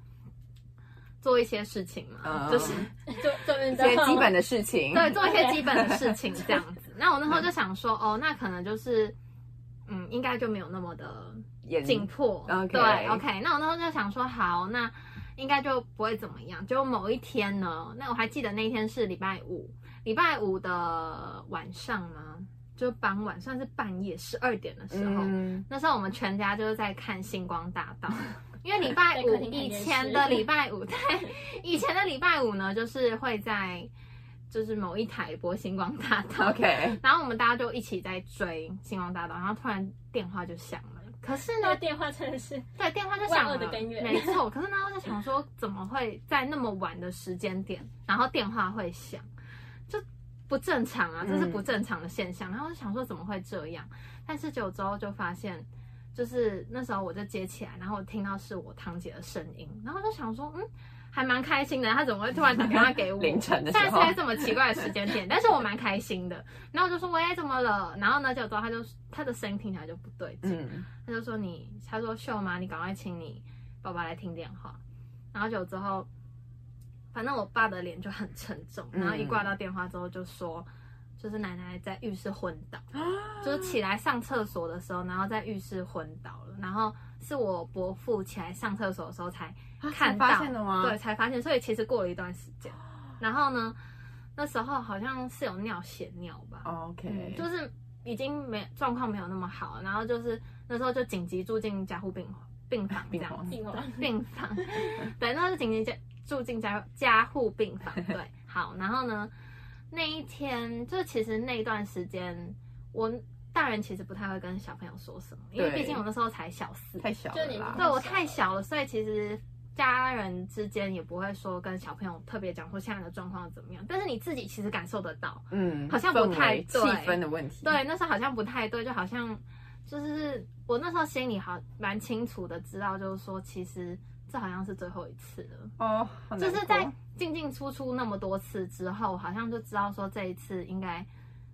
Speaker 1: 做一些事情嘛，
Speaker 2: 嗯
Speaker 1: 就是 嗯
Speaker 3: 做做运
Speaker 2: 一
Speaker 3: 动，
Speaker 2: 些基本的事情，
Speaker 1: 对，做一些基本的事情这样子。那我那时候就想说，哦，那可能就是，嗯，应该就没有那么的
Speaker 2: 眼
Speaker 1: 紧迫。
Speaker 2: OK
Speaker 1: 对，OK。那我那时候就想说，好，那应该就不会怎么样。结果某一天呢，那我还记得那一天是礼拜五，礼拜五的晚上嘛，就傍晚，算是半夜十二点的时候。
Speaker 2: 嗯，
Speaker 1: 那时候我们全家就是在看星光大 道，因为礼拜
Speaker 3: 在客
Speaker 1: 五
Speaker 3: 厅看
Speaker 1: 以
Speaker 3: 电视
Speaker 1: 前的礼拜五，对，以前的礼拜五呢，就是会在就是某一台播星光大道
Speaker 2: OK，
Speaker 1: 然后我们大家就一起在追星光大道，然后突然电话就响了。可是
Speaker 3: 那
Speaker 1: 呢
Speaker 3: 个，电话真的是
Speaker 1: 对，电话就响
Speaker 3: 万恶
Speaker 1: 了，
Speaker 3: 的根源
Speaker 1: 没错。可是呢，我就想说，怎么会在那么晚的时间点，然后电话会响，就不正常
Speaker 2: 嗯
Speaker 1: 啊，这是不正常的现象。然后就想说，怎么会这样？但是久之后就发现，就是那时候我就接起来，然后我听到是我堂姐的声音，然后就想说，嗯。还蛮开心的，她怎么会突然打电话 给我？
Speaker 2: 凌晨的时
Speaker 1: 但
Speaker 2: 候
Speaker 1: 是在这么奇怪的时间点，但是我蛮开心的。然后我就说喂，怎么了？然后呢，久之后她就她的声音听起来就不对劲，
Speaker 2: 嗯，
Speaker 1: 他就说你，他说秀妈，你赶快请你爸爸来听电话。然后久之后，反正我爸的脸就很沉重，
Speaker 2: 嗯
Speaker 1: 然后一挂到电话之后就说，就是奶奶在浴室昏倒，
Speaker 2: 啊
Speaker 1: 就是起来上厕所的时候，然后在浴室昏倒了，然后是我伯父起来上厕所的时候才看到，
Speaker 2: 啊才发现的吗？
Speaker 1: 对，，才发现，所以其实过了一段时间。然后呢，那时候好像是有尿血尿吧，嗯
Speaker 2: OK，，
Speaker 1: 就是已经没状况没有那么好，然后就是那时候就紧急住进加护病病房这
Speaker 2: 病
Speaker 1: 样
Speaker 2: 房
Speaker 1: 子，
Speaker 3: 进化，
Speaker 1: 病房， 对，那时候就紧急加住进加加护病 房，对，好，然后呢，那一天就其实那一段时间，我大人其实不太会跟小朋友说什么，因为
Speaker 2: 对
Speaker 1: 毕竟我那时候才小四，
Speaker 2: 太小了
Speaker 3: 就你
Speaker 2: 啦，
Speaker 1: 对我太小了，所以其实家人之间也不会说跟小朋友特别讲说现在的状况怎么样，但是你自己其实感受得到。
Speaker 2: 嗯，
Speaker 1: 好像不太
Speaker 2: 氛围气
Speaker 1: 对
Speaker 2: 氛的问题，
Speaker 1: 对，那时候好像不太对，就好像就是我那时候心里好蛮清楚的知道，就是说其实这好像是最后一次了，
Speaker 2: 哦，好难
Speaker 1: 就是在
Speaker 2: 过
Speaker 1: 进进出出那么多次之后，好像就知道说这一次应该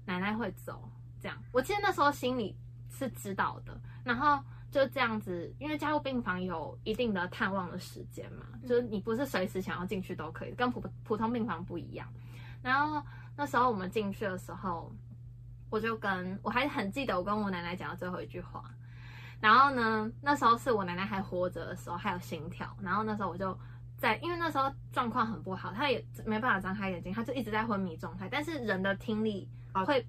Speaker 1: 奶奶会走。这样，我记得那时候心里是知道的，然后。就这样子，因为加护病房有一定的探望的时间嘛，就是你不是随时想要进去都可以，跟普普通病房不一样。然后那时候我们进去的时候，我就跟我还很记得我跟我奶奶讲的最后一句话。然后呢，那时候是我奶奶还活着的时候，还有心跳。然后那时候我就在，因为那时候状况很不好，她也没办法张开眼睛，她就一直在昏迷状态。但是人的听力
Speaker 2: 哦
Speaker 1: 会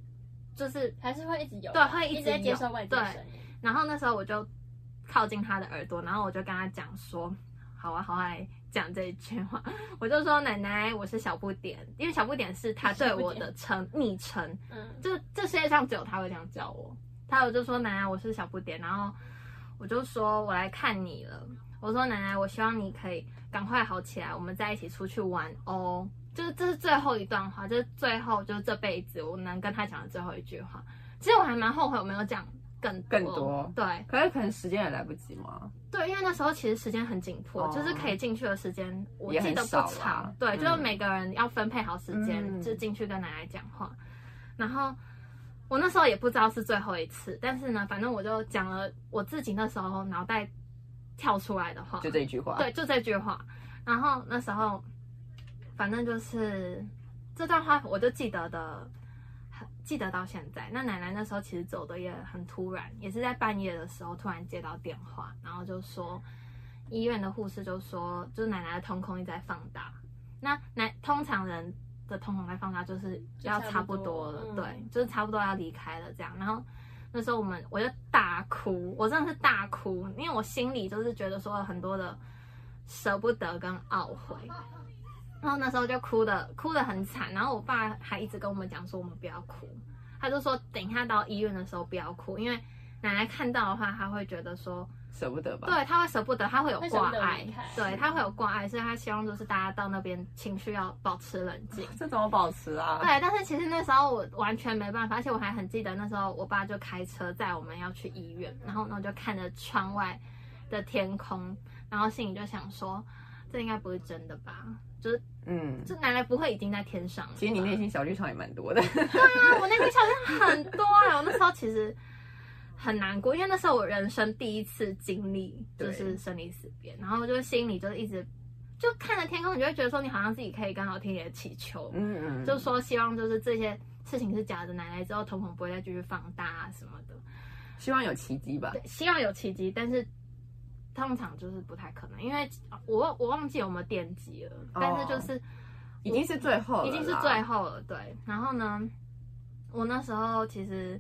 Speaker 1: 就是
Speaker 3: 还是会一直有，
Speaker 1: 对会一
Speaker 3: 一
Speaker 1: 直
Speaker 3: 直在接
Speaker 1: 有
Speaker 3: 受外界
Speaker 1: 对
Speaker 3: 声音，
Speaker 1: 然后那时候我就靠近他的耳朵，然后我就跟他讲说：“好啊，好啊，来讲这一句话。”我就说：“奶奶，我是小不点，因为小不点是他对我的称昵称，
Speaker 3: 嗯，
Speaker 1: 就这世界上只有他会这样叫我。”他我就说：“奶奶，我是小不点。”然后我就说：“我来看你了。”我说：“奶奶，我希望你可以赶快好起来，我们再一起出去玩哦。”就是这是最后一段话，就是最后就是这辈子我能跟他讲的最后一句话。其实我还蛮后悔我没有讲更
Speaker 2: 更多
Speaker 1: 对，
Speaker 2: 可是可能时间也来不及嘛，
Speaker 1: 对，因为那时候其实时间很紧迫，
Speaker 2: 哦
Speaker 1: 就是可以进去的时间我
Speaker 2: 也
Speaker 1: 记得
Speaker 2: 很
Speaker 1: 不
Speaker 2: 少
Speaker 1: 长
Speaker 2: 啦，
Speaker 1: 对，
Speaker 2: 嗯
Speaker 1: 就是每个人要分配好时间，
Speaker 2: 嗯
Speaker 1: 就进去跟奶奶讲话。然后我那时候也不知道是最后一次，但是呢，反正我就讲了我自己那时候脑袋跳出来的话，
Speaker 2: 就这一句话，
Speaker 1: 对，就这句话。然后那时候，反正就是这段话，我就记得的，很记得到现在。那奶奶那时候其实走的也很突然，也是在半夜的时候突然接到电话，然后就说医院的护士就说，就是奶奶的瞳孔一直在放大。那奶通常人的瞳孔在放大就是要
Speaker 3: 就
Speaker 1: 差
Speaker 3: 差
Speaker 1: 不
Speaker 3: 不
Speaker 1: 多
Speaker 3: 多
Speaker 1: 了，
Speaker 3: 嗯
Speaker 1: 对，就是差不多要离开了这样。然后那时候我们我就大哭，我真的是大哭，因为我心里就是觉得说有很多的舍不得跟懊悔。 然后那时候就哭的哭的很惨，然后我爸还一直跟我们讲说我们不要哭，他就说等一下到医院的时候不要哭，因为奶奶看到的话，她会觉得说
Speaker 2: 舍不得吧？
Speaker 1: 对，他会舍不得，他会有
Speaker 3: 会舍
Speaker 1: 挂
Speaker 3: 不得
Speaker 1: 碍
Speaker 3: 离开，嗯
Speaker 1: 对他会有挂碍，所以他希望就是大家到那边情绪要保持冷静。
Speaker 2: 这怎么保持啊？
Speaker 1: 对，但是其实那时候我完全没办法，而且我还很记得那时候我爸就开车载我们要去医院，然后呢我就看着窗外的天空，然后心里就想说，这应该不是真的吧？就是
Speaker 2: 嗯，
Speaker 1: 这奶奶不会已经在天上了吧？
Speaker 2: 其实你内心小剧场也蛮多的。
Speaker 1: 啊，我那天想象很多啊，我那时候其实很难过，因为那时候我人生第一次经历
Speaker 2: 对
Speaker 1: 就是生离死别，然后就是心里就是一直就看着天空，你就会觉得说你好像自己可以跟老天爷祈求，
Speaker 2: 嗯嗯，
Speaker 1: 就说希望就是这些事情是假的，奶奶之后瞳孔不会再继续放大啊什么的，
Speaker 2: 希望有奇迹吧。
Speaker 1: 对，希望有奇迹，但是。通常就是不太可能，因为我忘我忘记有没有电击了，但
Speaker 2: 哦
Speaker 1: 是就是
Speaker 2: 已经是最后了啦，
Speaker 1: 已经是最后了，对。然后呢，我那时候其实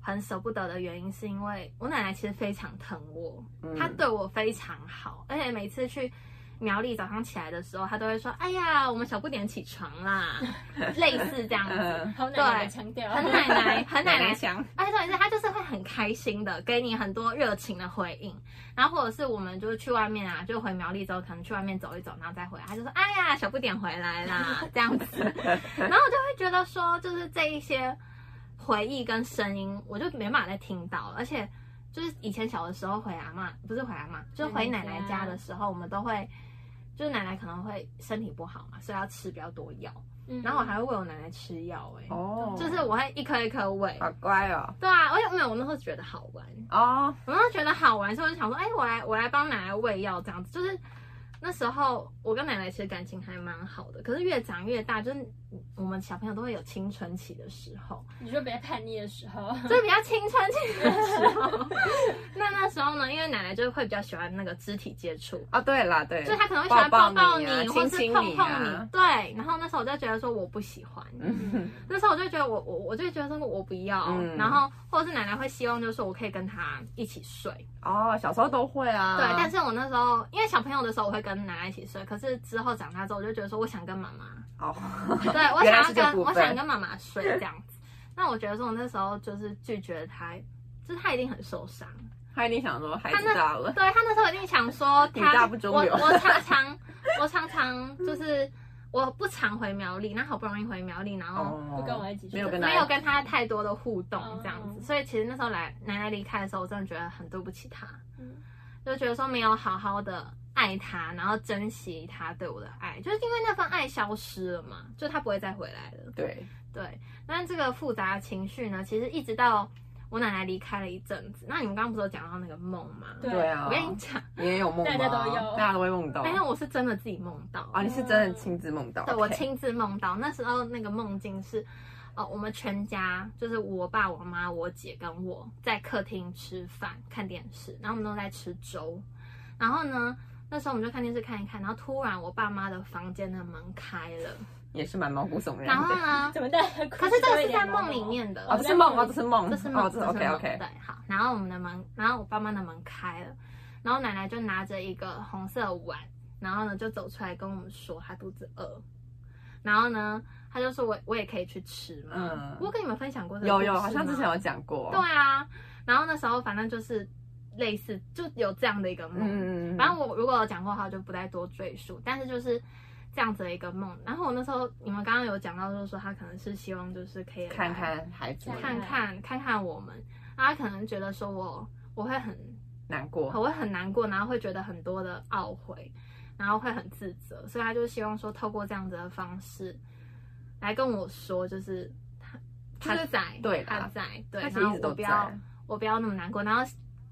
Speaker 1: 很舍不得的原因，是因为我奶奶其实非常疼我，
Speaker 2: 嗯
Speaker 1: 她对我非常好，而且每次去。苗栗早上起来的时候，她都会说：“哎呀，我们小不点起床啦。” 类似这样子，
Speaker 2: 嗯
Speaker 3: 好奶奶的腔调，
Speaker 1: 很 奶奶，很奶奶
Speaker 2: 强，
Speaker 1: 而且重点是他就是会很开心的给你很多热情的回应，然后或者是我们就是去外面啊，就回苗栗之后可能去外面走一走，然后再回来，他就说哎呀小不点回来啦这样 子，然后我就会觉得说就是这一些回忆跟声音，我就没办法再听到了，而且就是以前小的时候回阿嬷，不是回阿嬷，就是回奶奶家的时候，我们都会。就是奶奶可能会身体不好嘛，所以要吃比较多药，
Speaker 3: 嗯
Speaker 1: 然后我还会喂我奶奶吃药、欸，哎、
Speaker 2: 哦，
Speaker 1: 就是我会一颗一颗喂，
Speaker 2: 好乖哦，
Speaker 1: 对啊，而且没有，我那时候觉得好玩，
Speaker 2: 哦，
Speaker 1: 我那时候觉得好玩，所以我就想说，哎、我来我来帮奶奶喂药这样子。就是那时候我跟奶奶其实感情还蛮好的，可是越长越大，就是我们小朋友都会有青春期的时候，
Speaker 3: 你说别叛逆的时候，
Speaker 1: 就是比较青春期的时候。 那那时候呢，因为奶奶就会比较喜欢那个肢体接触，
Speaker 2: 哦，对啦，对，
Speaker 1: 所以她可能会喜欢抱抱你，
Speaker 2: 啊
Speaker 1: 或
Speaker 2: 亲
Speaker 1: 是
Speaker 2: 亲
Speaker 1: 碰
Speaker 2: 你
Speaker 1: 碰
Speaker 2: 啊，
Speaker 1: 对，然后那时候我就觉得说我不喜欢，
Speaker 2: 嗯
Speaker 1: 那时候我就觉得我我我就觉得说我不要，
Speaker 2: 嗯
Speaker 1: 然后或者是奶奶会希望就是说我可以跟她一起睡。
Speaker 2: 哦，小时候都会啊，
Speaker 1: 对，但是我那时候因为小朋友的时候，我会跟奶奶一起睡，可是之后长大之后，我就觉得说我想跟妈 妈，
Speaker 2: 哦，
Speaker 1: 对我
Speaker 2: 原来
Speaker 1: 想
Speaker 2: 是
Speaker 1: 要跟
Speaker 2: 这部
Speaker 1: 我
Speaker 2: 分
Speaker 1: 想跟妈妈睡这样子。那我觉得说我那时候就是拒绝他，就是他一定很受伤，
Speaker 2: 他一定想说孩
Speaker 1: 他
Speaker 2: 子
Speaker 1: 那
Speaker 2: 大了，
Speaker 1: 对他那时候一定想说
Speaker 2: 女大
Speaker 1: 他，
Speaker 2: 不中
Speaker 1: 我
Speaker 2: 留
Speaker 1: 我 常常我常常就是我不常回苗栗，那好不容易回苗栗，然后
Speaker 2: 哦，
Speaker 3: 不跟我一起睡，
Speaker 2: 没有跟奶奶
Speaker 1: 没有跟他太多的互动
Speaker 3: 嗯
Speaker 1: 这样子，所以其实那时候来奶奶离开的时候，我真的觉得很对不起他
Speaker 3: 嗯，
Speaker 1: 就觉得说没有好好的爱他，然后珍惜他对我的爱，就是因为那份爱消失了嘛，就他不会再回来了。
Speaker 2: 对，
Speaker 1: 对，但这个复杂的情绪呢，其实一直到我奶奶离开了一阵子，那你们刚刚不是有讲到那个梦吗？
Speaker 3: 对
Speaker 2: 对啊，
Speaker 1: 我跟你讲，
Speaker 2: 你也有梦吗？
Speaker 3: 大家都有
Speaker 2: 大家都会梦到
Speaker 1: 但是哎我是真的自己梦到，
Speaker 2: 哦啊，你是真的亲自梦到，
Speaker 1: 对我
Speaker 2: OK
Speaker 1: 亲自梦到，那时候那个梦境是，呃，我们全家就是我爸、我妈、我姐跟我在客厅吃饭看电视，然后我们都在吃粥，然后呢，那时候我们就看电视看一看，然后突然我爸妈的房间的门开了，
Speaker 2: 也是蛮毛骨悚
Speaker 1: 然
Speaker 2: 然
Speaker 1: 后
Speaker 2: 的，
Speaker 1: 呢，
Speaker 3: 怎么带？
Speaker 1: 可是这个是在梦里，面的，
Speaker 2: 哦，这是梦哦，这是梦，
Speaker 1: 这是梦，
Speaker 2: 哦，这是
Speaker 1: 这是
Speaker 2: OK
Speaker 1: 梦
Speaker 2: OK，
Speaker 1: 对，好。然后我们的门，然后我爸妈的门开了，然后奶奶就拿着一个红色的碗，然后呢就走出来跟我们说她肚子饿，然后呢她就说我我也可以去吃嘛。
Speaker 2: 嗯
Speaker 1: 我有跟你们分享过这个
Speaker 2: 有
Speaker 1: 故
Speaker 2: 有，
Speaker 1: 事
Speaker 2: 好像之前
Speaker 1: 吗
Speaker 2: 有讲过，
Speaker 1: 对啊，然后那时候反正就是类似就有这样的一个梦，
Speaker 2: 嗯，嗯嗯，
Speaker 1: 反正我如果有讲过的话，我就不再多赘述。但是就是这样子的一个梦。然后我那时候你们刚刚有讲到，就是说他可能是希望就是可以来
Speaker 2: 看看孩子
Speaker 1: 看看看看我们，然后他可能觉得说我我会很
Speaker 2: 难过，
Speaker 1: 我会很难过，然后会觉得很多的懊悔，然后会很自责，所以他就希望说透过这样子的方式来跟我说，就是他
Speaker 2: 他
Speaker 1: 就是在
Speaker 2: 对
Speaker 1: 他
Speaker 2: 啦
Speaker 1: 在对，
Speaker 2: 他其实
Speaker 1: 然
Speaker 2: 一
Speaker 1: 后
Speaker 2: 直
Speaker 1: 我
Speaker 2: 都
Speaker 1: 不
Speaker 2: 在
Speaker 1: 要我不要那么难过，然后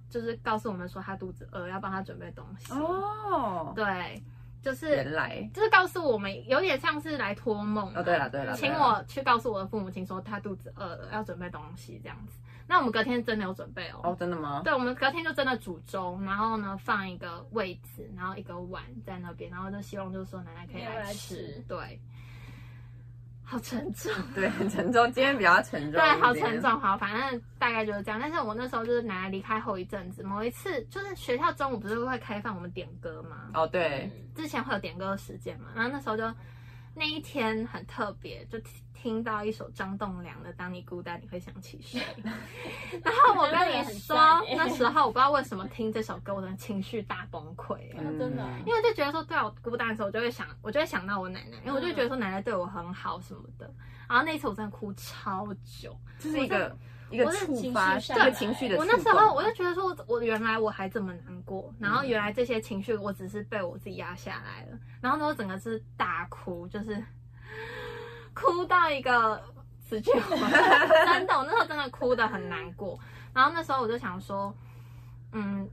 Speaker 1: 就是告诉我们说他肚子饿，要帮他准备东西。
Speaker 2: 哦，
Speaker 1: 对，就是
Speaker 2: 原来
Speaker 1: 就是告诉我们，有点像是来托梦。
Speaker 2: 哦，对了对了，
Speaker 1: 请
Speaker 2: 对啦
Speaker 1: 我去告诉我的父母亲说他肚子饿了，要准备东西这样子。那我们隔天真的有准备哦。
Speaker 2: 哦，真的吗？
Speaker 1: 对，我们隔天就真的煮粥，然后呢放一个位置，然后一个碗在那边，然后就希望就是说奶奶可以
Speaker 3: 没有来
Speaker 1: 吃。
Speaker 3: 吃
Speaker 1: 对，好沉 重，
Speaker 2: 对，很沉重，今天比较沉重，
Speaker 1: 对，好沉。重，好，反正大概就是这样。但是我那时候就是奶奶离开后一阵子，某一次就是学校中午不是会开放我们点歌吗？
Speaker 2: 哦，对，
Speaker 1: 之前会有点歌时间嘛，然后那时候就那一天很特别，就听听到一首张栋梁的《当你孤单，你会想起谁》。然后我跟你说
Speaker 3: 张栋梁很，赞欸
Speaker 1: 那时候我不知道为什么听这首歌，我的情绪大崩溃、
Speaker 3: 嗯真的
Speaker 1: 因为我就觉得说，对啊我孤单的时候，我就会想，我就会想到我奶奶，因为我就
Speaker 3: 嗯
Speaker 1: 觉得说奶奶对我很好什么的。然后那一次我真的哭超久，
Speaker 2: 就是一个一个
Speaker 1: 我是
Speaker 2: 触
Speaker 3: 情
Speaker 2: 发
Speaker 3: 绪
Speaker 2: 一
Speaker 3: 上
Speaker 2: 个
Speaker 3: 来
Speaker 2: 情绪的触
Speaker 1: 我
Speaker 2: 动。嗯
Speaker 1: 那时候我就觉得说我，我原来我还这么难过，然后原来这些情绪我只是被我自己压下来了，然后呢，我整个是大哭，就是 哭到一个死去活来， 真的，我那时候真的哭的很难过。然后那时候我就想说，嗯，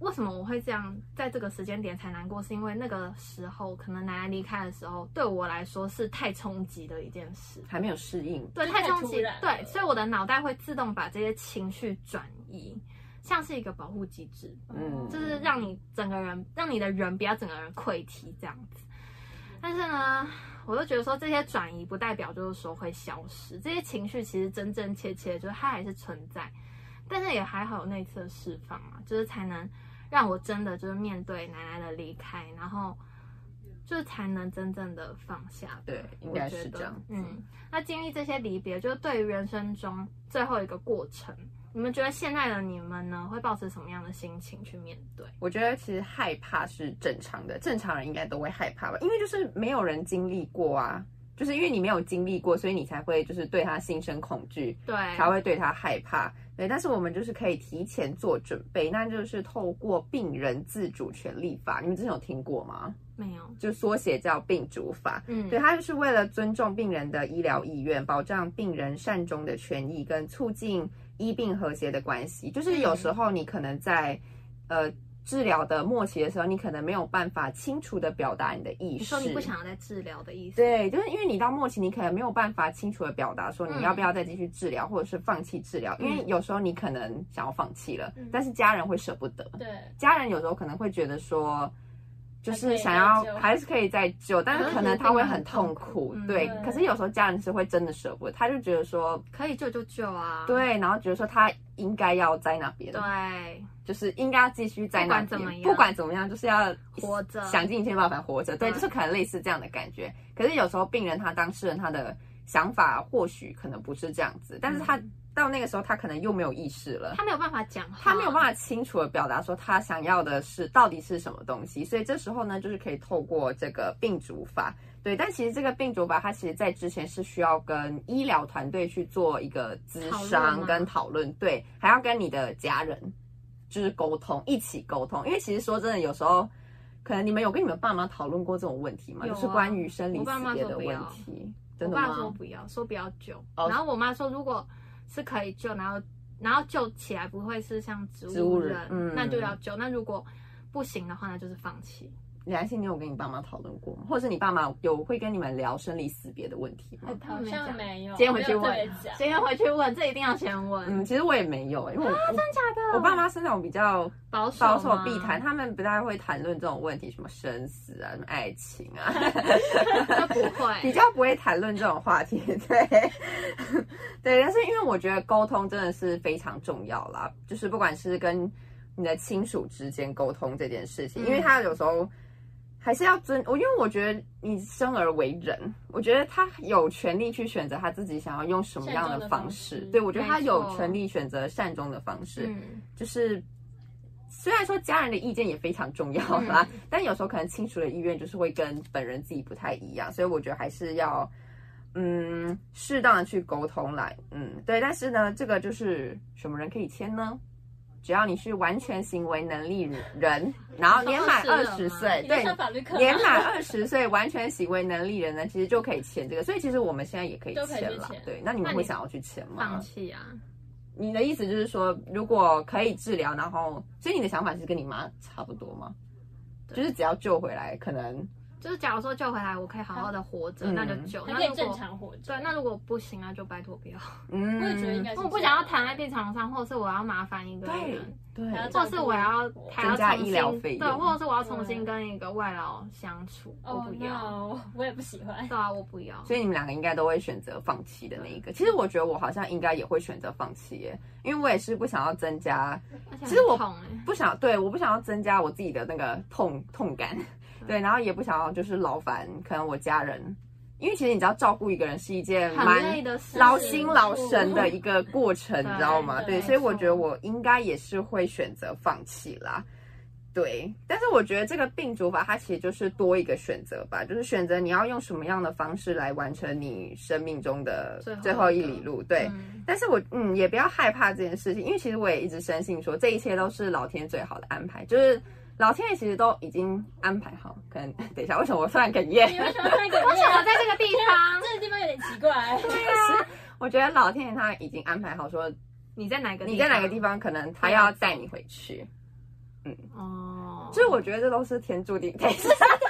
Speaker 1: 为什么我会这样，在这个时间点才难过？是因为那个时候可能奶奶离开的时候，对我来说是太冲击的一件事。
Speaker 2: 还没有适应，
Speaker 1: 对，
Speaker 3: 就
Speaker 1: 太
Speaker 3: 太
Speaker 1: 冲
Speaker 3: 突
Speaker 1: 击
Speaker 3: 然，
Speaker 1: 对，
Speaker 3: 了
Speaker 1: 所以我的脑袋会自动把这些情绪转移，像是一个保护机制，
Speaker 2: 嗯
Speaker 1: 就是让你整个人，让你的人不要整个人溃堤这样子。但是呢，我就觉得说这些转移不代表就是说会消失，这些情绪其实真真切切就是它还是存在，但是也还好有那次的释放嘛，就是才能让我真的就是面对奶奶的离开，然后就是才能真正的放下吧。
Speaker 2: 对，应
Speaker 1: 我
Speaker 2: 该
Speaker 1: 觉
Speaker 2: 是
Speaker 1: 得
Speaker 2: 这样子。
Speaker 1: 嗯，那经历这些离别，就是对于人生中最后一个过程，你们觉得现在的你们呢，会保持什么样的心情去面对？
Speaker 2: 我觉得其实害怕是正常的，正常人应该都会害怕吧，因为就是没有人经历过啊，就是因为你没有经历过，所以你才会就是对他心生恐惧，
Speaker 1: 对，
Speaker 2: 才会对他害怕。对，但是我们就是可以提前做准备，那就是透过病人自主权利法，你们之前有听过吗？
Speaker 1: 没有，
Speaker 2: 就缩写叫病主法。
Speaker 1: 嗯，
Speaker 2: 对，，它就是为了尊重病人的医疗意愿，保障病人善终的权益，跟促进医病和谐的关系。就是有时候你可能在呃治疗的末期的时候，你可能没有办法清楚的表达你的意识。
Speaker 1: 你说你不想要再治疗的意思，，
Speaker 2: 对，就是因为你到末期，你可能没有办法清楚的表达说
Speaker 1: 嗯
Speaker 2: 你要不要再继续治疗，或者是放弃治疗，因为有时候你可能想要放弃了，
Speaker 3: 嗯
Speaker 2: 但是家人会舍不得。
Speaker 3: 对，
Speaker 2: 家人有时候可能会觉得说，就
Speaker 3: 还可
Speaker 2: 是
Speaker 3: 以
Speaker 2: 想
Speaker 3: 再
Speaker 2: 要
Speaker 3: 救
Speaker 2: 还是可以再救，但是可能他会很痛苦
Speaker 1: 嗯，
Speaker 2: 对
Speaker 3: 对。
Speaker 2: 可是有时候家人是会真的舍不得，他就觉得说，
Speaker 1: 可以救就救啊，
Speaker 2: 对，然后觉得说他应该要在那边，
Speaker 1: 对，
Speaker 2: 就是应该要继续在那
Speaker 1: 不管怎么
Speaker 2: 边，
Speaker 1: 样
Speaker 2: 不管怎么样，就是要
Speaker 1: 活着
Speaker 2: 想尽一切办法活着，对，
Speaker 1: 嗯
Speaker 2: 就是可能类似这样的感觉。可是有时候病人他当事人他的想法或许可能不是这样子，但是他
Speaker 1: 嗯
Speaker 2: 到那个时候他可能又没有意识了，
Speaker 1: 他没有办法讲话，
Speaker 2: 他没有办法清楚的表达说他想要的是到底是什么东西，所以这时候呢，就是可以透过这个病主法，对，但其实这个病主法它其实在之前是需要跟医疗团队去做一个咨
Speaker 1: 讨论
Speaker 2: 商
Speaker 1: 吗
Speaker 2: 跟讨论，对，还要跟你的家人就是沟通，一起沟通，因为其实说真的，有时候可能你们有跟你们爸妈讨论过这种问题吗？
Speaker 1: 有啊
Speaker 2: 就是关于生离
Speaker 1: 我爸妈
Speaker 2: 死别
Speaker 1: 说
Speaker 2: 的
Speaker 1: 不
Speaker 2: 问
Speaker 1: 要
Speaker 2: 题，
Speaker 1: 我
Speaker 2: 真的
Speaker 1: 爸说
Speaker 2: 吗？
Speaker 1: 不要，说不要救。
Speaker 2: 哦
Speaker 1: 然后我妈说，如果是可以救，然后然后救起来不会是像植
Speaker 2: 植
Speaker 1: 物
Speaker 2: 物
Speaker 1: 人，
Speaker 2: 人嗯
Speaker 1: 那就要救。那如果不行的话，那就是放弃。
Speaker 2: 李安信，你有跟你爸妈讨论过吗？或者是你爸妈有会跟你们聊生离死别的问题
Speaker 1: 哎
Speaker 2: 吗？
Speaker 3: 好像没有，
Speaker 1: 今天回去
Speaker 3: 没有特
Speaker 1: 问
Speaker 3: 别讲，
Speaker 1: 今天回去问，这一定要先问。
Speaker 2: 嗯，其实我也没有，因为我、我
Speaker 1: 真假的？
Speaker 2: 我爸妈是那种比较
Speaker 1: 保守
Speaker 2: 保守
Speaker 1: 吗
Speaker 2: 避谈，，他们不太会谈论这种问题，什么生死啊，什么爱情啊，
Speaker 1: 他不
Speaker 2: 比
Speaker 1: 会。
Speaker 2: 较不会谈论这种话题。对， 对，但是因为我觉得沟通真的是非常重要啦，就是不管是跟你的亲属之间沟通这件事情，
Speaker 1: 嗯
Speaker 2: 因为他有时候。还是要尊我，因为我觉得你生而为人，我觉得他有权利去选择他自己想要用什么样
Speaker 3: 善终的
Speaker 2: 方
Speaker 3: 方式
Speaker 2: 对我觉得他
Speaker 1: 没
Speaker 2: 有
Speaker 1: 错
Speaker 2: 权利选择善终的方式。
Speaker 1: 嗯，
Speaker 2: 就是虽然说家人的意见也非常重要
Speaker 3: 嗯
Speaker 2: 啦，但有时候可能亲属的意愿就是会跟本人自己不太一样，所以我觉得还是要嗯适当的去沟通啦，嗯对。但是呢，这个就是什么人可以签呢？只要你是完全行为能力人，然后年满二十岁，
Speaker 3: 你在
Speaker 2: 对，
Speaker 3: 上法律课吗
Speaker 2: 年满二十岁完全行为能力人呢，其实就可以签这个。所以其实我们现在也可以
Speaker 3: 都可以去
Speaker 2: 签啦
Speaker 3: 签。
Speaker 2: 对，那你们
Speaker 1: 那
Speaker 2: 会
Speaker 1: 你
Speaker 2: 想要去签吗？
Speaker 1: 放弃啊，
Speaker 2: 你的意思就是说，如果可以治疗，然后，所以你的想法是跟你妈差不多吗？
Speaker 1: 对
Speaker 2: 就是只要救回来，可能
Speaker 1: 就是假如说救回来，我可以好好的活着，
Speaker 2: 嗯
Speaker 1: 那就救。
Speaker 3: 还
Speaker 1: 那
Speaker 3: 可以
Speaker 1: 如
Speaker 3: 正
Speaker 1: 果
Speaker 3: 常活着。
Speaker 1: 对，那如果不行啊，就拜托不要。
Speaker 2: 嗯，
Speaker 3: 我也觉得应该是这样，
Speaker 1: 我不想要躺在病床上，或者是我要麻烦一个
Speaker 2: 对
Speaker 1: 人，
Speaker 2: 对，
Speaker 3: 还要照
Speaker 1: 或者是我要还要
Speaker 2: 嗯增加
Speaker 1: 重
Speaker 2: 医疗
Speaker 1: 新
Speaker 2: 费
Speaker 1: 对，
Speaker 2: 用
Speaker 1: 或者是我要重新跟一个外劳相处，我
Speaker 3: 哦
Speaker 1: 不要。
Speaker 3: no，我也不 喜欢。
Speaker 1: 对啊，我不要。
Speaker 2: 所以你们两个应该都会选择放弃的那一个。其实我觉得我好像应该也会选择放弃耶，因为我也是不想要增加，
Speaker 1: 而且
Speaker 2: 其实我
Speaker 1: 很痛哎，
Speaker 2: 不想对，我不想要增加
Speaker 3: 嗯
Speaker 2: 我自己的那个痛痛感，对，然后也不想要就是劳烦可能我家人因为其实你知道照顾一个人是一件
Speaker 1: 很累
Speaker 2: 蛮
Speaker 1: 的事，
Speaker 2: 劳心劳神的一个过程，
Speaker 1: 对
Speaker 2: 你知道吗？
Speaker 3: 对
Speaker 2: 对，所以我觉得我应该也是会选择放弃啦。对，但是我觉得这个病主法它其实就是多一个选择吧，就是选择你要用什么样的方式来完成你生命中的
Speaker 1: 最后
Speaker 2: 最后一里路。对，
Speaker 1: 嗯
Speaker 2: 但是我嗯也不要害怕这件事情，因为其实我也一直深信说这一切都是老天最好的安排，就是老天爷其实都已经安排好。可能 等一下，为什么我突然哽咽？
Speaker 3: 你为什么那个？
Speaker 1: 为什么在这个地方？ 啊
Speaker 3: 这个地方有点奇怪？
Speaker 2: 我觉得老天爷他已经安排好说
Speaker 1: 你在哪个？
Speaker 2: 你在哪个地？方，可啊能他要带你回去。
Speaker 1: 哦，
Speaker 2: 所以我觉得这都是天注定。对，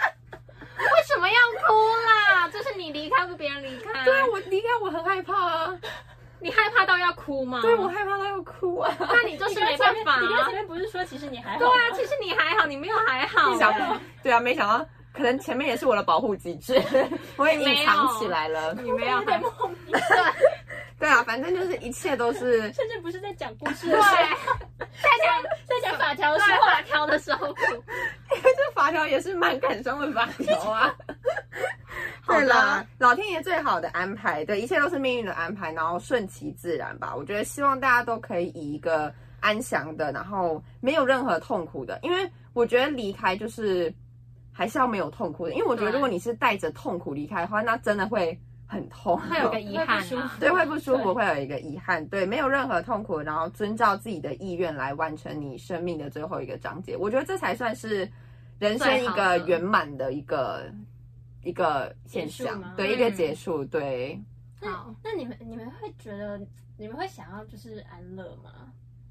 Speaker 1: 为什么要哭啦？ 就是你离开，不别人离开。
Speaker 2: 对啊，我离开我很害怕啊，
Speaker 1: 你害怕到要哭吗？
Speaker 2: 对我害怕到要哭啊。
Speaker 1: 那你就是没办法、
Speaker 3: 你刚前
Speaker 1: 啊。
Speaker 3: 面不是说其实你还好？
Speaker 1: 对啊，，其实你还好，你没有还好、
Speaker 2: 想不对啊，没想到可能前面也是我的保护机制， 我也隐藏起来了。
Speaker 1: 你啊没有
Speaker 3: 有点
Speaker 1: 还
Speaker 3: 莫名，
Speaker 2: 对啊，反正就是一切都是
Speaker 3: 甚至不是在讲故事
Speaker 1: 对，
Speaker 3: 的时候，
Speaker 1: 在讲
Speaker 3: 在讲法条的时
Speaker 1: 对
Speaker 3: 候，
Speaker 1: 法条的时候哭。
Speaker 2: 这法条也是蛮感伤的法条 啊。对
Speaker 1: 好
Speaker 2: 啦
Speaker 1: 的，
Speaker 2: 老天爷最好的安排，对，一切都是命运的安排，然后顺其自然吧。我觉得希望大家都可以以一个安详的，然后没有任何痛苦的，因为我觉得离开就是还是要没有痛苦的，因为我觉得
Speaker 1: 对
Speaker 2: 如果你是带着痛苦离开的话，那真的会很痛，
Speaker 1: 会有个遗憾、
Speaker 3: 会不舒
Speaker 1: 啊
Speaker 3: 服，
Speaker 2: 对，会不舒
Speaker 3: 对
Speaker 2: 服，会有一个遗憾，对，没有任何痛苦，然后遵照自己的意愿来完成你生命的最后一个章节，我觉得这才算是人生一
Speaker 1: 最好
Speaker 2: 个
Speaker 1: 的
Speaker 2: 圆满的一个一个现
Speaker 3: 结束
Speaker 2: 象
Speaker 3: 吗，
Speaker 2: 对，一个
Speaker 1: 嗯
Speaker 2: 结束，对，
Speaker 1: 好，
Speaker 3: 那你们你们会觉得你们会想要就是安乐吗？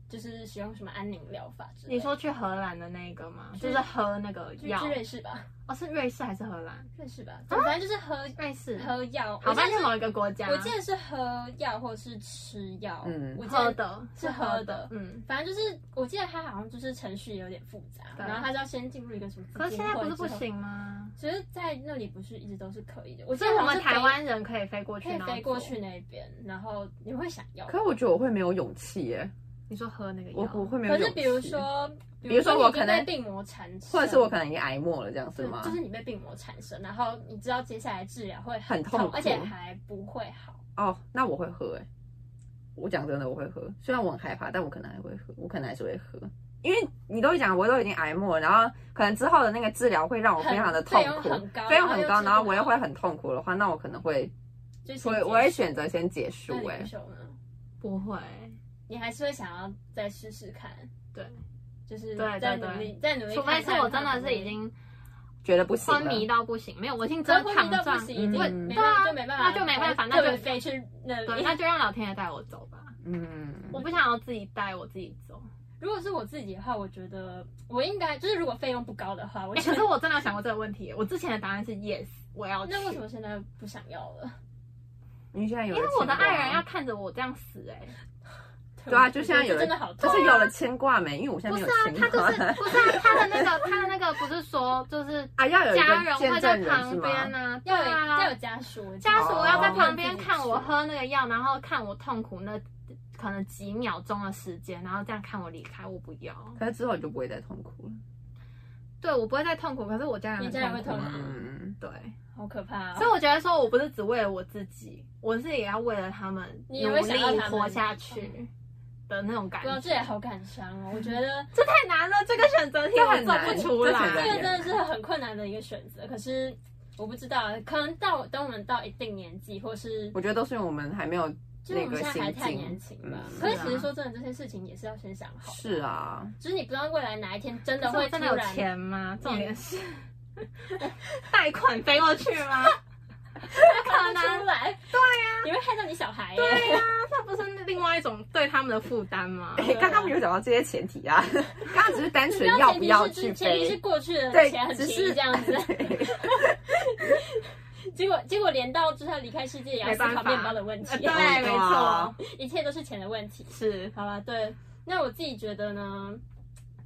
Speaker 3: 就是使用什么安宁疗法之类的？
Speaker 1: 你说去荷兰的那个吗？
Speaker 3: 是
Speaker 1: 就是喝那个
Speaker 3: 去
Speaker 1: 药
Speaker 3: 去，瑞士吧，
Speaker 1: 哦，是瑞士还是荷兰？
Speaker 3: 瑞士
Speaker 1: 啊
Speaker 3: 吧，反正就是喝
Speaker 1: 瑞士，
Speaker 3: 喝药，
Speaker 1: 好
Speaker 3: 我记
Speaker 1: 像
Speaker 3: 得
Speaker 1: 是
Speaker 3: 是
Speaker 1: 某一个国家，
Speaker 3: 我记得是喝药或是吃药，
Speaker 2: 嗯
Speaker 3: 我记
Speaker 1: 喝
Speaker 3: 得
Speaker 1: 的
Speaker 3: 是喝的
Speaker 1: 嗯。
Speaker 3: 反正就是，我记得他好像就是程序有点复杂，
Speaker 1: 对
Speaker 3: 然后他就要先进入一个什么基金
Speaker 1: 可
Speaker 3: 会
Speaker 1: 是
Speaker 3: 之
Speaker 1: 现
Speaker 3: 后。
Speaker 1: 在不是不行吗？
Speaker 3: 只是在那里不是一直都是可以的。我记
Speaker 1: 所以
Speaker 3: 得
Speaker 1: 我
Speaker 3: 好
Speaker 1: 们
Speaker 3: 像是
Speaker 1: 台
Speaker 3: 飞
Speaker 1: 湾人可以飞过去，
Speaker 3: 可以
Speaker 1: 然后
Speaker 3: 飞过
Speaker 1: 做
Speaker 3: 去。那边，然后你会想要。
Speaker 2: 可我觉得我会没有勇气耶，
Speaker 1: 你说喝那个药，
Speaker 2: 我我会没有
Speaker 3: 可
Speaker 2: 勇气，
Speaker 3: 是比如，说，
Speaker 2: 比如说我
Speaker 3: 你已经
Speaker 2: 可能
Speaker 3: 被病魔缠身，
Speaker 2: 或者是我可能已经挨末了，这样是
Speaker 3: 对
Speaker 2: 吗？
Speaker 3: 就是你被病魔缠身，然后你知道接下来治疗会
Speaker 2: 很
Speaker 3: 痛
Speaker 2: 痛，苦
Speaker 3: 而且还不会好。
Speaker 2: 哦，那我会喝哎、我讲真的，我会喝。虽然我很害怕，但我可能还会喝，我可能还是会喝。因为你都讲，我都已经挨末，然后可能之后的那个治疗会让我哦非常的痛苦
Speaker 3: 很费用很高，
Speaker 2: 费用很高，
Speaker 3: 然
Speaker 2: 然
Speaker 3: 后又治不好
Speaker 2: 后我又会很痛苦的话，那我可能会，
Speaker 3: 就是
Speaker 2: 我
Speaker 3: 先
Speaker 2: 我会
Speaker 3: 结束
Speaker 2: 选择先结束
Speaker 3: 那你
Speaker 2: 哎、
Speaker 3: 不修呢？
Speaker 1: 不会，
Speaker 3: 你还是会想要再试试看，
Speaker 1: 对，
Speaker 3: 就是
Speaker 1: 对对
Speaker 3: 再努力，再努力
Speaker 1: 除
Speaker 3: 看
Speaker 1: 非
Speaker 3: 看。
Speaker 1: 是我真的
Speaker 3: 看
Speaker 1: 是已经
Speaker 2: 觉得不行
Speaker 1: 昏
Speaker 2: 了。
Speaker 1: 迷到不行，没有，我已经
Speaker 3: 真
Speaker 1: 真
Speaker 3: 昏
Speaker 1: 躺
Speaker 3: 迷到
Speaker 1: 上
Speaker 3: 不，行，已经
Speaker 2: 嗯
Speaker 3: 没
Speaker 1: 对啊
Speaker 3: 办就没办法，
Speaker 1: 那就没办法
Speaker 3: 还
Speaker 1: 那就
Speaker 3: 特别飞去那
Speaker 1: 对，
Speaker 3: 里。
Speaker 1: 那就让老天爷带我走吧，
Speaker 2: 嗯，
Speaker 1: 我不想要自己带，我自己走。
Speaker 3: 如果是我自己的话，我觉得我应该就是如果费用不高的话，我
Speaker 1: 哎，
Speaker 3: 觉
Speaker 1: 可
Speaker 3: 得
Speaker 1: 是我真的有想过这个问题，我之前的答案是 yes，我要去。
Speaker 3: 那为什么现在不想要了？
Speaker 2: 因为现在有
Speaker 1: 因
Speaker 2: 了
Speaker 1: 为我的
Speaker 2: 牵
Speaker 3: 啊
Speaker 2: 挂
Speaker 1: 爱人要看着我这样死、哎，
Speaker 2: 对啊，就现在有了
Speaker 3: 我觉得真的好
Speaker 2: 就
Speaker 3: 痛，啊
Speaker 2: 是有了牵挂没？因为我现在
Speaker 1: 不
Speaker 2: 没
Speaker 1: 是
Speaker 2: 有
Speaker 1: 啊，他
Speaker 2: 牵
Speaker 1: 就
Speaker 2: 挂。
Speaker 1: 是不是啊，他的那 个他的那个不是说就是
Speaker 2: 啊，要有一
Speaker 1: 家
Speaker 2: 个
Speaker 1: 人会
Speaker 2: 见
Speaker 1: 在
Speaker 2: 证人
Speaker 1: 旁
Speaker 2: 是吗？
Speaker 1: 边呢、啊，对
Speaker 3: 要有要
Speaker 1: 啊
Speaker 3: 有，家属，
Speaker 1: 家属
Speaker 2: 哦
Speaker 1: 要在旁边看
Speaker 3: 哦
Speaker 1: 我喝那个药，然后看我痛苦那可能几秒钟的时间，然后这样看我离开，我不要。
Speaker 2: 可是之后你就不会再痛苦了。嗯
Speaker 1: 对我不会再痛苦，可是我家人
Speaker 3: 你家人
Speaker 1: 很痛
Speaker 3: 会
Speaker 1: 苦
Speaker 3: 痛苦
Speaker 1: 啊。
Speaker 2: 嗯，
Speaker 1: 对，
Speaker 3: 好可怕哦。
Speaker 1: 所以我觉得说我不是只为了我自己，我是也要为了他们
Speaker 3: 你
Speaker 1: 努
Speaker 3: 也会想要
Speaker 1: 力
Speaker 3: 他们
Speaker 1: 活下去的那种感
Speaker 3: 对啊，这
Speaker 1: 觉
Speaker 3: 也。好感伤哦。我觉得
Speaker 1: 这太难了，这个选择题
Speaker 2: 这
Speaker 1: 我
Speaker 2: 很
Speaker 1: 做
Speaker 2: 难
Speaker 1: 不出
Speaker 2: 这选择
Speaker 3: 这
Speaker 1: 来
Speaker 2: 题。
Speaker 3: 个真的是很困难的一个选择。可是我不知道，可能到等我们到一定年纪，或是
Speaker 2: 我觉得都是因为我们还没有
Speaker 3: 就是
Speaker 2: 那
Speaker 3: 我们
Speaker 2: 个
Speaker 3: 现在还
Speaker 2: 心
Speaker 3: 太年
Speaker 2: 境
Speaker 3: 轻吧。
Speaker 2: 嗯
Speaker 3: 可是
Speaker 1: 是啊
Speaker 3: 其实说真的，这些事情也是要先想好。
Speaker 2: 是，啊，
Speaker 3: 就是你不知道未来哪一天真的
Speaker 1: 可是
Speaker 3: 会
Speaker 1: 我真的
Speaker 3: 突
Speaker 1: 有
Speaker 3: 然
Speaker 1: 钱吗？重点是贷款飞过去 吗？
Speaker 3: 看不出来。对
Speaker 1: 啊
Speaker 3: 呀、你会害到你小孩耶。
Speaker 1: 那不是另外一种对他们的负担 吗？
Speaker 2: 哎，刚刚没有讲到这些前提啊，刚刚只是单
Speaker 1: 啊
Speaker 2: 纯
Speaker 3: 不
Speaker 2: 要
Speaker 3: 前
Speaker 2: 不
Speaker 3: 提
Speaker 2: 要
Speaker 3: 是
Speaker 2: 去
Speaker 3: 前提是
Speaker 2: 飞，
Speaker 3: 过去的
Speaker 2: 对
Speaker 3: 钱很便
Speaker 2: 只
Speaker 3: 宜
Speaker 2: 是
Speaker 3: 这样 子。 结果结果连到就是他离开世界也要思考
Speaker 1: 没办法
Speaker 3: 面包的问题，
Speaker 1: 对，没
Speaker 2: 对啊
Speaker 1: 错，
Speaker 3: 一切都是钱的问题。
Speaker 1: 是
Speaker 3: 好了，对，那我自己觉得呢，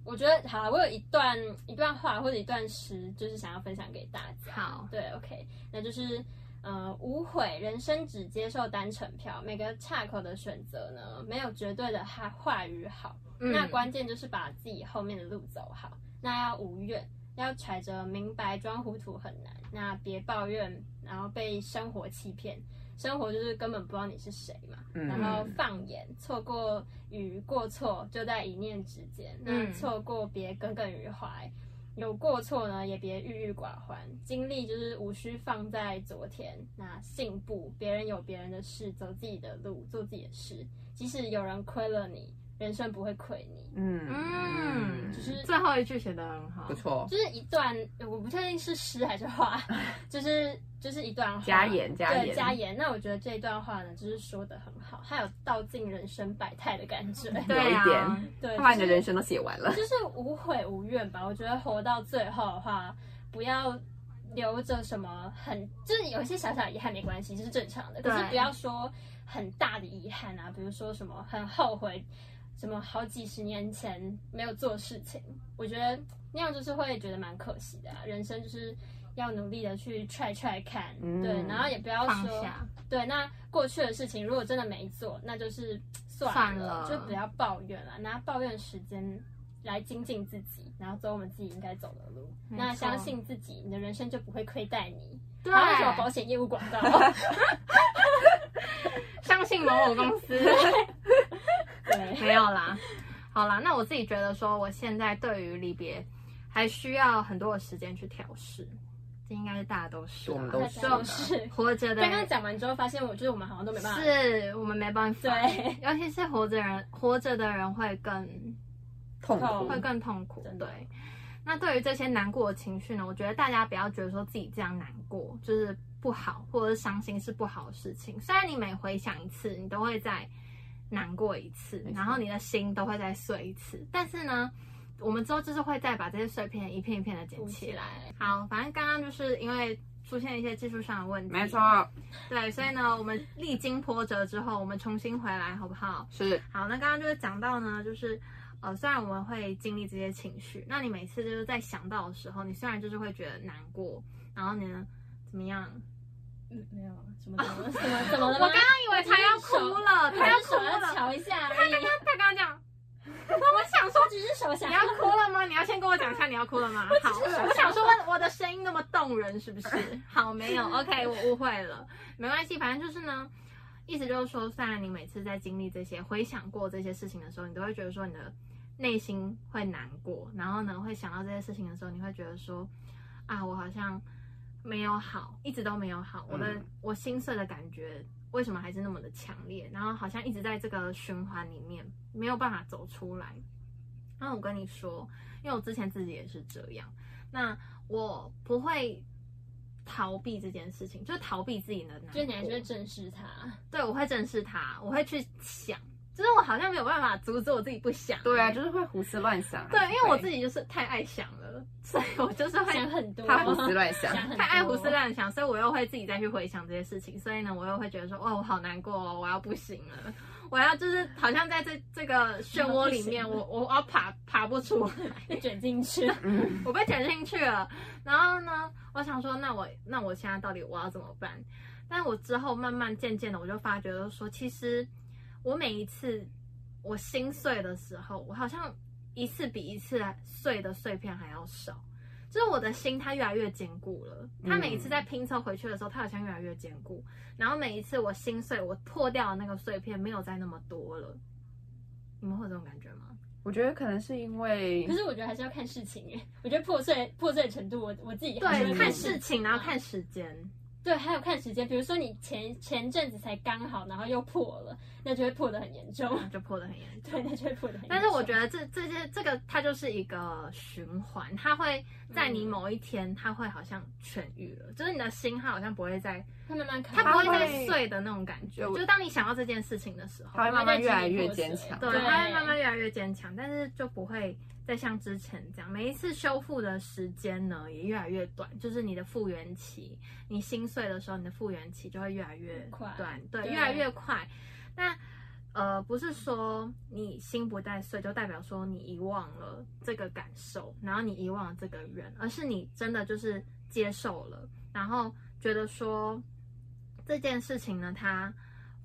Speaker 3: 我觉得好啦，我有一段一段话或者一段诗，就是想要分享给大家。
Speaker 1: 好
Speaker 3: 对，OK，那就是呃无悔，人生只接受单程票，每个岔口的选择呢，没有绝对的话话语好，
Speaker 1: 嗯
Speaker 3: 那关键就是把自己后面的路走好，那要无怨。要揣着明白装糊涂很难，那别抱怨，然后被生活欺骗。生活就是根本不知道你是谁嘛，
Speaker 2: 嗯
Speaker 3: 然后放眼错过与过错就在一念之间，那
Speaker 1: 嗯
Speaker 3: 错过别耿耿于怀，有过错呢也别郁郁寡欢，精力就是无需放在昨天，那信步，别人有别人的事，走自己的路，做自己的事，即使有人亏了你，人生不会亏你，
Speaker 2: 嗯
Speaker 1: 嗯，
Speaker 3: 就是
Speaker 1: 最后一句写的很好
Speaker 2: 不，错，
Speaker 3: 就是一段，我不确定是诗还是画， 就是就是一段话
Speaker 2: 加盐加
Speaker 3: 对
Speaker 2: 盐
Speaker 3: 加盐。那我觉得这一段话呢，就是说的很好，它有道尽人生百态的感觉。
Speaker 1: 对
Speaker 2: 有一
Speaker 1: 啊
Speaker 2: 点，
Speaker 3: 对，
Speaker 2: 他把你的
Speaker 3: 就是
Speaker 2: 人生都写完了。
Speaker 3: 就是无悔无怨吧。我觉得活到最后的话，不要留着什么很，就是有一些小小遗憾没关系，这、是正常的。可是
Speaker 1: 对
Speaker 3: 不要说很大的遗憾啊，比如说什么很后悔，什么好几十年前没有做事情，我觉得那样就是会觉得蛮可惜的、啊。人生就是。要努力的去 try try 看，
Speaker 2: 嗯
Speaker 3: 对，然后也不要
Speaker 1: 放
Speaker 3: 说，
Speaker 1: 下，
Speaker 3: 对，那过去的事情如果真的没做，那就是算
Speaker 1: 算
Speaker 3: 了，
Speaker 1: 了
Speaker 3: 就不要抱怨了，拿抱怨时间来精进自己，然后走我们自己应该走的路。
Speaker 1: 没
Speaker 3: 那
Speaker 1: 错
Speaker 3: 相信自己，你的人生就不会亏待你。
Speaker 1: 对，
Speaker 3: 还有什么保险业务广告？
Speaker 1: 相信某某公司。
Speaker 3: 对，
Speaker 1: 没有啦，好啦，那我自己觉得说，我现在对于离别还需要很多的时间去调试，这应该是大家都是啦，
Speaker 2: 我们都
Speaker 1: 就是
Speaker 3: 都
Speaker 2: 啊
Speaker 3: 是。
Speaker 1: 活着的
Speaker 3: 刚刚讲完之后，发现我就是我们好像都没办法。
Speaker 1: 是我们没办法，
Speaker 3: 对，
Speaker 1: 尤其是活着人，活着的人会更
Speaker 2: 痛
Speaker 3: 痛
Speaker 2: 苦
Speaker 1: 会，更痛苦
Speaker 3: 真，的
Speaker 1: 对。那对于这些难过的情绪呢，我觉得大家不要觉得说自己这样难过就是不好，或者是伤心是不好的事情。虽然你每回想一次，你都会再难过一次
Speaker 2: 没，错
Speaker 1: 然后你的心都会再碎一次，但是呢，我们之后就是会再把这些碎片一片一片的捡起来。好，反正刚刚就是因为出现一些技术上的问题，
Speaker 2: 没错，
Speaker 1: 对，所以呢，我们历经波折之后，我们重新回来，好不好？
Speaker 2: 是
Speaker 1: 好，那刚刚就是讲到呢，就是呃，虽然我们会经历这些情绪，那你每次就是在想到的时候，你虽然就是会觉得难过，然后你呢怎么样？
Speaker 3: 嗯，没有什么怎么怎么怎么
Speaker 1: 哦我
Speaker 3: 了
Speaker 1: 刚
Speaker 3: 吗？
Speaker 1: 刚以为他要哭了，他
Speaker 3: 还
Speaker 1: 要
Speaker 3: 是
Speaker 1: 哭
Speaker 3: 手要
Speaker 1: 了，
Speaker 3: 瞧一下而已，
Speaker 1: 他刚刚这样，我想说。
Speaker 3: 只是手想
Speaker 1: 你要哭了吗？你要先跟我讲一下你要哭了吗？好，我想说我我的声音那么动人，是不是？ 好，没有，OK，我误会了，没关系，反正就是呢，意思就是说，虽然你每次在经历这些、回想过这些事情的时候，你都会觉得说你的内心会难过，然后呢，会想到这些事情的时候，你会觉得说，啊，我好像没有好，一直都没有好，我的、
Speaker 2: 嗯
Speaker 1: 我心碎的感觉为什么还是那么的强烈？然后好像一直在这个循环里面没有办法走出来。那我跟你说，因为我之前自己也是这样，那我不会逃避这件事情，就是逃避自己的难过，
Speaker 3: 就是你还是会正视它。
Speaker 1: 对我会正视它，我会去想，就是我好像没有办法阻止我自己不想，
Speaker 2: 对啊，就是会胡思乱想啊。
Speaker 1: 对，因为我自己就是太爱想了，所以我就是会
Speaker 3: 想很多，
Speaker 2: 他胡思乱想
Speaker 3: 想，很多
Speaker 1: 太爱胡思乱想，所以我又会自己再去回想这些事情，所以呢，我又会觉得说，哇，我好难过哦，我要不行了，我要就是好像在这这个漩涡里面，
Speaker 3: 我要
Speaker 1: 我我我要爬爬不出来，
Speaker 3: 被卷进去。
Speaker 2: 嗯，
Speaker 1: 我被卷进去了。然后呢，我想说，那我那我现在到底我要怎么办？但我之后慢慢渐渐的，我就发觉到说，其实我每一次我心碎的时候，我好像一次比一次碎的碎片还要少。就是我的心，它越来越坚固了。
Speaker 3: 嗯
Speaker 1: 它每一次在拼凑回去的时候，它好像越来越坚固。然后每一次我心碎，我破掉的那个碎片没有再那么多了。你们会有这种感觉吗？
Speaker 2: 我觉得可能是因为
Speaker 3: 可是我觉得还是要看事情哎，我觉得破碎破碎程度我，我自己嗯还是
Speaker 1: 对，
Speaker 3: 会
Speaker 1: 看
Speaker 3: 有
Speaker 1: 事情，然后看时间。
Speaker 3: 对，还有看时间。比如说你前前阵子才刚好，然后又破了，那就会破的很严重。
Speaker 1: 就破得很严重。
Speaker 3: 对，那就会破的很严重。
Speaker 1: 但是我觉得这这些这个它就是一个循环，它会在你
Speaker 3: 嗯
Speaker 1: 某一天，它会好像痊愈了，就是你的心它好像不会再，
Speaker 3: 他慢慢看，
Speaker 1: 它不会
Speaker 2: 嗯它会
Speaker 1: 再碎的那种感觉。
Speaker 2: 对我
Speaker 1: 就当你想到这件事情的时候
Speaker 2: 它，会慢慢越来越坚强
Speaker 1: 对，
Speaker 3: 对，
Speaker 1: 它会慢慢越来越坚强，但是就不会再像之前这样，每一次修复的时间呢也越来越短，就是你的复原期，你心碎的时候，你的复原期就会越来越
Speaker 3: 快
Speaker 1: 短，嗯对，
Speaker 3: 对
Speaker 1: 越来越快。那呃，不是说你心不再碎，就代表说你遗忘了这个感受，然后你遗忘了这个人，而是你真的就是接受了，然后觉得说这件事情呢，它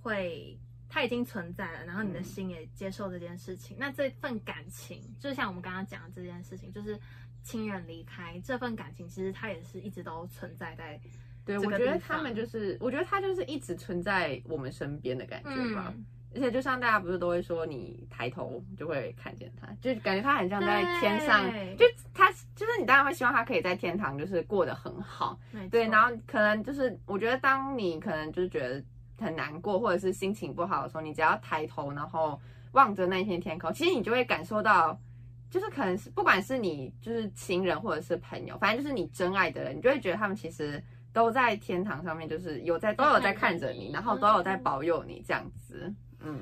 Speaker 1: 会它已经存在了，然后你的
Speaker 2: 嗯
Speaker 1: 心也接受这件事情。那这份感情，就像我们刚刚讲的这件事情，就是亲人离开，这份感情其实它也是一直都存在在，
Speaker 2: 对，
Speaker 1: 这
Speaker 2: 我
Speaker 1: 个
Speaker 2: 觉得
Speaker 1: 地
Speaker 2: 他们
Speaker 1: 方
Speaker 2: 就是，我觉得他就是一直存在我们身边的感觉吧。
Speaker 1: 嗯，
Speaker 2: 而且就像大家不是都会说，你抬头就会看见他，就感觉他很像在天上，
Speaker 1: 对
Speaker 2: 就他就是你当然会希望他可以在天堂就是过得很好，
Speaker 1: 没
Speaker 2: 对。
Speaker 1: 错
Speaker 2: 然后可能就是我觉得当你可能就是觉得很难过或者是心情不好的时候，你只要抬头然后望着那片天空，其实你就会感受到。就是可能是不管是你就是亲人或者是朋友，反正就是你真爱的人，你就会觉得他们其实都在天堂上面，就是有在都有在看着你，然嗯后都有在保佑你这样子。嗯，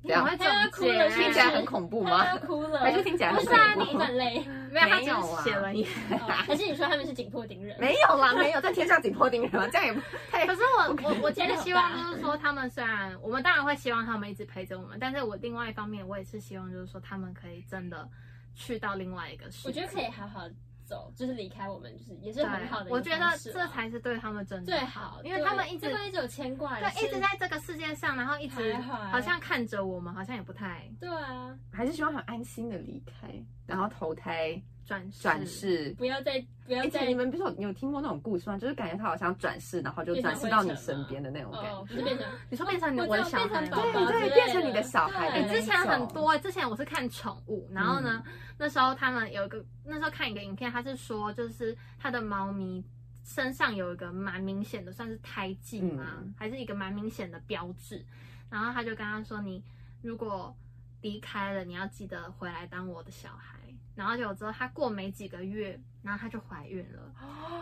Speaker 1: 你很会
Speaker 3: 这 样
Speaker 1: 总结
Speaker 3: 他要哭了是不是
Speaker 2: 听起来很恐怖吗？
Speaker 3: 他哭了，
Speaker 2: 还是听起来
Speaker 3: 不
Speaker 2: 很
Speaker 3: 是啊，
Speaker 2: 恐
Speaker 3: 你
Speaker 2: 怖
Speaker 3: 很累，
Speaker 1: 没有，他
Speaker 2: 没有
Speaker 1: 只
Speaker 2: 啊
Speaker 1: 是写了一。
Speaker 3: 哦 还是你说他们是紧迫盯人？
Speaker 2: 没有啦，没有在天上紧迫盯人嘛，这样也不太
Speaker 1: 可是我哎我我其
Speaker 3: 压力
Speaker 1: 实
Speaker 3: 好
Speaker 1: 希
Speaker 3: 大
Speaker 1: 望就是说，他们虽然我们当然会希望他们一直陪着我们，但是我另外一方面我也是希望就是说他们可以真的去到另外一个世界。
Speaker 3: 我觉得可以好好走，就是离开我们，就是也是很好的
Speaker 1: 对
Speaker 3: 一个
Speaker 1: 我觉得
Speaker 3: 方式啊
Speaker 1: 这才是对他们真的
Speaker 3: 最好，
Speaker 1: 因为他们
Speaker 3: 对
Speaker 1: 一直
Speaker 3: 这边一直有牵挂，也
Speaker 1: 对一
Speaker 3: 是
Speaker 1: 直在这个世界上，然后一直
Speaker 3: 徘徊
Speaker 1: 好像看着我们，好像也不太
Speaker 3: 对啊，
Speaker 2: 还是希望很安心的离开，然后投胎
Speaker 1: 转世
Speaker 2: 转。世。
Speaker 3: 不要再不要
Speaker 2: 而且
Speaker 3: 再
Speaker 2: 你们不是有有听过那种故事吗？就是感觉他好像转世，然后就转世到你身边的那种感
Speaker 3: 哦，不
Speaker 2: 觉
Speaker 3: 是。变成
Speaker 1: 你说变成你我的小
Speaker 3: 我知道
Speaker 1: 孩
Speaker 3: 变成宝
Speaker 1: 吗，
Speaker 3: 宝
Speaker 2: 对对
Speaker 3: 之类
Speaker 2: 变成你的小孩
Speaker 1: 哎、
Speaker 3: 对
Speaker 1: 之前很多，之前我是看宠物，然后
Speaker 2: 嗯
Speaker 1: 呢，那时候他们有一个，那时候看一个影片，他是说，就是他的猫咪身上有一个蛮明显的，算是胎记嘛，
Speaker 2: 嗯
Speaker 1: 还是一个蛮明显的标志。然后他就跟他说，你如果离开了，你要记得回来当我的小孩。然后结果之后，他过没几个月，然后她就怀孕了。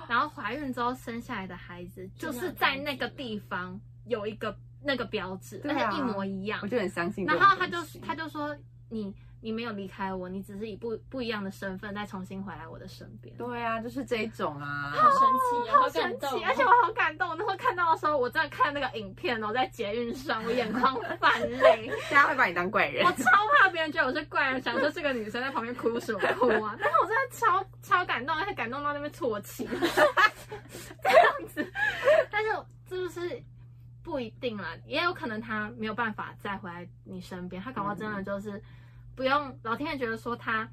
Speaker 1: 然后怀孕之后生下来的孩子，就是在那个地方有一个那个标志，
Speaker 2: 对
Speaker 1: 而
Speaker 2: 啊
Speaker 1: 且一模一样
Speaker 2: 我。就很相信这
Speaker 1: 然
Speaker 2: 种
Speaker 1: 后
Speaker 2: 东西。
Speaker 1: 他就他就说你你没有离开我，你只是以不不一样的身份再重新回来我的身边。
Speaker 2: 对啊，就是这一种啊。
Speaker 3: 好神奇啊，好感
Speaker 1: 神
Speaker 3: 动
Speaker 1: 奇，
Speaker 3: 哦，
Speaker 1: 而且我好感动。那时候看到的时候，我真的看那个影片哦，在捷运上，我眼眶泛泪。
Speaker 2: 大家会把你当怪人
Speaker 1: 我。超怕别人觉得我是怪人，想说这个女生在旁边哭什么哭 啊！但是我真的超超感动，而且感动到那边啜泣，这样子。但是就是不一定啦，也有可能他没有办法再回来你身边，他搞不好真的就是不用老天爷觉得说他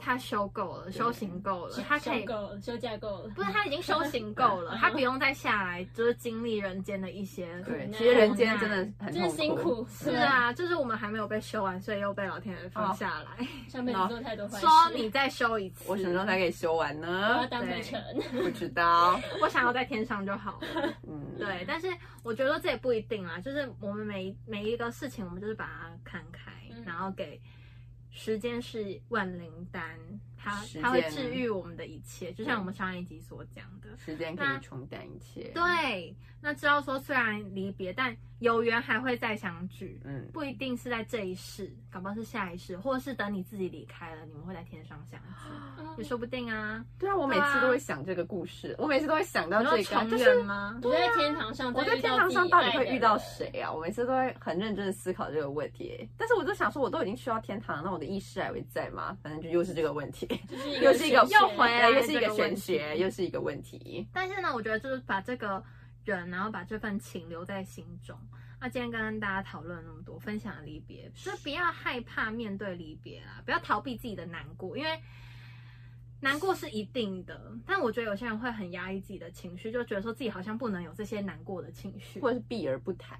Speaker 1: 他修够了，修行够了，他可以
Speaker 3: 修够了，休假够了，
Speaker 1: 不是他已经修行够了，
Speaker 3: 嗯
Speaker 1: 他不用再下来就是经历人间的一些
Speaker 2: 对，
Speaker 3: 苦
Speaker 2: 其实人间
Speaker 1: 难
Speaker 2: 真的很
Speaker 3: 啊真的辛
Speaker 2: 痛苦。
Speaker 3: 苦，
Speaker 1: 是啊，就是我们还没有被修完，所以又被老天爷放下来。
Speaker 3: 对，上辈子做太多坏事，
Speaker 1: 说你再修一次，
Speaker 2: 我什么时候才可以修完
Speaker 3: 我要
Speaker 2: 呢？
Speaker 3: 当灰尘，
Speaker 2: 不知 道。
Speaker 1: 我想要在天上就好 了。
Speaker 2: 嗯，
Speaker 1: 对，但是我觉得这也不一定啦，就是我们每一每一个事情，我们就是把它看开，
Speaker 3: 嗯
Speaker 1: 然后给时间是万灵丹，它
Speaker 2: 时间
Speaker 1: 它会治愈我们的一切，就像我们上一集所讲的。
Speaker 2: 时间可以冲淡一切。，
Speaker 3: 啊
Speaker 1: 对，那知道说虽然离别，但有缘还会再相聚，
Speaker 2: 嗯，
Speaker 1: 不一定是在这一世，搞不好是下一世，或者是等你自己离开了，你们会在天上相聚，
Speaker 3: 嗯
Speaker 1: 也说不定啊。
Speaker 2: 对啊，我每次
Speaker 1: 对啊
Speaker 2: 都会想这个故事，我每次都会想到
Speaker 1: 你
Speaker 2: 这
Speaker 1: 说
Speaker 2: 个，啊
Speaker 1: 重
Speaker 2: 就是
Speaker 1: 圆吗？
Speaker 3: 你在天堂上，
Speaker 2: 我在天堂上到底会遇到？谁啊？我每次都会很认真的思考这个问题、但是我就想说，我都已经去到天堂了，那我的意识还会在吗？反正就又是这个问题，
Speaker 3: 就是
Speaker 2: 又是一个
Speaker 1: 又回来
Speaker 2: 对又是一
Speaker 1: 这
Speaker 2: 个
Speaker 1: 个
Speaker 2: 玄
Speaker 1: 问题
Speaker 2: 学，又是一个问题。
Speaker 1: 但是呢，我觉得就是把这个人，然后把这份情留在心中。那今天跟大家讨论那么多，分享离别，就是不要害怕面对离别啦，不要逃避自己的难过，因为难过是一定的。但我觉得有些人会很压抑自己的情绪，就觉得说自己好像不能有这些难过的情绪，
Speaker 2: 或者是避而不谈，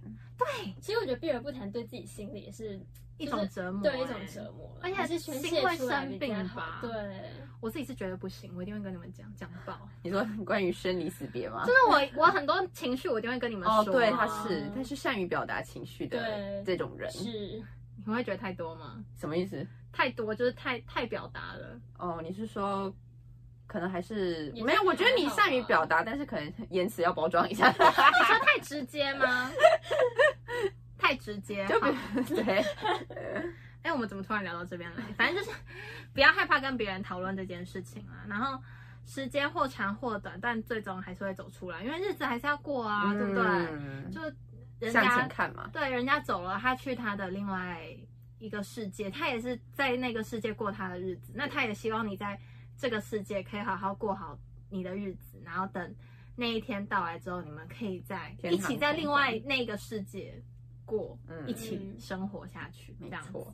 Speaker 3: 其实我觉得避而不谈对自己心里也是
Speaker 1: 一种折磨、
Speaker 3: 对一
Speaker 1: 哎
Speaker 3: 种折磨啦，
Speaker 1: 而且
Speaker 3: 还是宣
Speaker 1: 心
Speaker 3: 泄
Speaker 1: 会
Speaker 3: 出来
Speaker 1: 生
Speaker 3: 比较
Speaker 1: 病
Speaker 3: 好
Speaker 1: 吧
Speaker 3: 对，
Speaker 1: 我自己是觉得不行，我一定会跟你们讲讲爆。
Speaker 2: 你说关于生离死别吗
Speaker 1: 真？的，我我很多情绪我一定会跟你们说。
Speaker 2: 哦，对，他
Speaker 3: 啊
Speaker 2: 是他是善于表达情绪的
Speaker 3: 对
Speaker 2: 这种人，
Speaker 3: 是
Speaker 1: 你们会觉得太多吗？
Speaker 2: 什么意思？
Speaker 1: 太多就是太太表达了。
Speaker 2: 哦，你是说？可能还是
Speaker 3: 也
Speaker 2: 没有，
Speaker 3: 是
Speaker 2: 我觉得你
Speaker 3: 还好
Speaker 2: 善于
Speaker 3: 啊
Speaker 2: 表达，但是可能言辞要包装一下，
Speaker 1: 你说太直接吗？ 太直接。
Speaker 2: 就
Speaker 1: 好
Speaker 2: 比对，
Speaker 1: 哎、我们怎么突然聊到这边来？反正就是不要害怕跟别人讨论这件事情啊。然后时间或长或短，但最终还是会走出来，因为日子还是要过啊，对不对？
Speaker 2: 嗯
Speaker 1: 就人
Speaker 2: 向前
Speaker 1: 家
Speaker 2: 看嘛，
Speaker 1: 对人家走了，他去他的另外一个世界，他也是在那个世界过他的日子。那他也希望你在这个世界可以好好过好你的日子，然后等那一天到来之后，你们可以在
Speaker 2: 天
Speaker 1: 一
Speaker 2: 堂
Speaker 1: 起在
Speaker 2: 天
Speaker 1: 另
Speaker 2: 堂
Speaker 1: 外那个世界过，
Speaker 2: 嗯
Speaker 1: 一起生活下去，
Speaker 2: 没
Speaker 1: 这样子
Speaker 2: 错。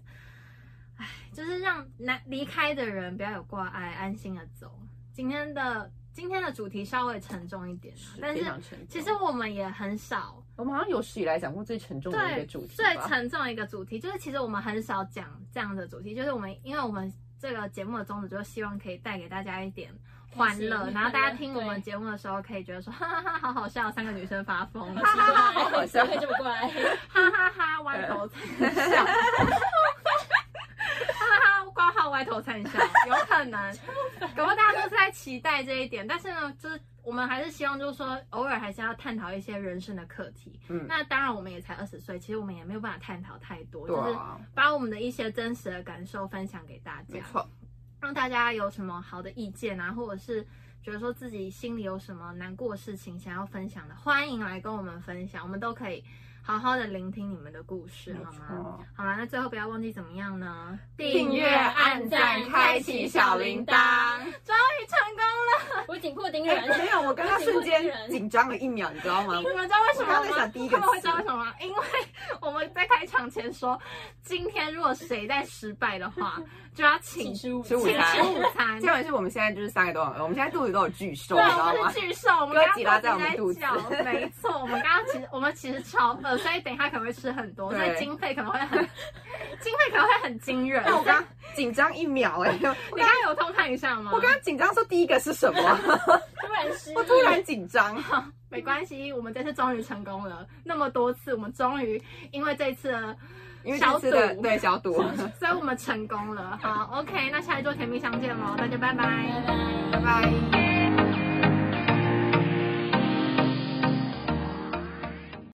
Speaker 1: 就是让难离开的人不要有挂碍，安心的走。今天的今天的主题稍微沉重一点啊，但
Speaker 2: 非
Speaker 1: 是
Speaker 2: 常沉重
Speaker 1: 其实我们也很少
Speaker 2: 我们好像有史以来讲过最沉重的一个
Speaker 1: 对
Speaker 2: 主题
Speaker 1: 最
Speaker 2: 吧
Speaker 1: 沉重的一个主题，就是其实我们很少讲这样的主题，就是我们因为我们这个节目的宗旨就是希望可以带给大家一点。欢乐，
Speaker 3: 开心
Speaker 1: 然后大家听我
Speaker 3: 对
Speaker 1: 们节目的时候，可以觉得说哈哈哈，好好笑，三个女生发 疯，
Speaker 3: 奇怪，
Speaker 2: 好好笑
Speaker 3: 怎么会这么怪？
Speaker 1: 哈哈哈，歪头惨笑，哈哈哈，挂号歪头惨 笑，有可能，搞不好大家都是在期待这一点，但是呢，就是我们还是希望，就是说偶尔还是要探讨一些人生的课题。
Speaker 2: 嗯
Speaker 1: 那当然我们也才二十岁，其实我们也没有办法探讨太多，
Speaker 2: 对
Speaker 1: 就是
Speaker 2: 啊，
Speaker 1: 把我们的一些真实的感受分享给大
Speaker 2: 没
Speaker 1: 家，
Speaker 2: 错，
Speaker 1: 让大家有什么好的意见啊，或者是。觉得说自己心里有什么难过的事情想要分享的，欢迎来跟我们分享，我们都可以好好的聆听你们的故事，
Speaker 2: 没
Speaker 1: 好吗？
Speaker 2: 错。
Speaker 1: 好啦，那最后不要忘记怎么样呢？啊
Speaker 2: 订阅、啊按赞、开启小铃铛。
Speaker 1: 终于成功了！
Speaker 3: 我紧迫盯
Speaker 2: 哎，没
Speaker 3: 人，
Speaker 2: 有，我刚刚瞬间紧张了一秒，你知道 吗？
Speaker 1: 你们知道为什么
Speaker 2: 我刚才
Speaker 1: 吗
Speaker 2: 想第？一个
Speaker 1: 他们会知
Speaker 2: 词
Speaker 1: 道为什么吗？因为我们在开场前说，今天如果谁再失败的话，就要请请
Speaker 3: 请吃午
Speaker 2: 吃午
Speaker 3: 餐
Speaker 2: 餐
Speaker 1: 吃午餐
Speaker 2: 结。果是我们现在就是三个都很饿，我们现在肚子都有巨兽，
Speaker 1: 对，
Speaker 2: 你知
Speaker 1: 我
Speaker 2: 道
Speaker 1: 们
Speaker 2: 吗
Speaker 1: 是？巨兽，我们
Speaker 2: 哥
Speaker 1: 刚
Speaker 2: 吉拉
Speaker 1: 刚
Speaker 2: 在我
Speaker 1: 肚
Speaker 2: 们肚
Speaker 1: 子
Speaker 2: 子
Speaker 1: 在叫，没错，我们刚刚其实我们其实超饿，所以等一下可能会吃很多，所以
Speaker 2: 对
Speaker 1: 经费可能会很，经费可能会很惊人。
Speaker 2: 但我刚紧张一秒 哎、
Speaker 1: 你刚刚有偷看一下吗？
Speaker 2: 我刚刚紧张说第一个是什 么？
Speaker 3: 突然失忆
Speaker 2: 我突然紧张，
Speaker 1: 没关系，我们这次终于成功了。那么多次，我们终于因为这次的，
Speaker 2: 因为这次的
Speaker 1: 小赌
Speaker 2: 对小赌。
Speaker 1: 所以我们成功了。好，OK，那下一周甜蜜相见喽，大家拜拜
Speaker 3: 拜拜
Speaker 2: 拜。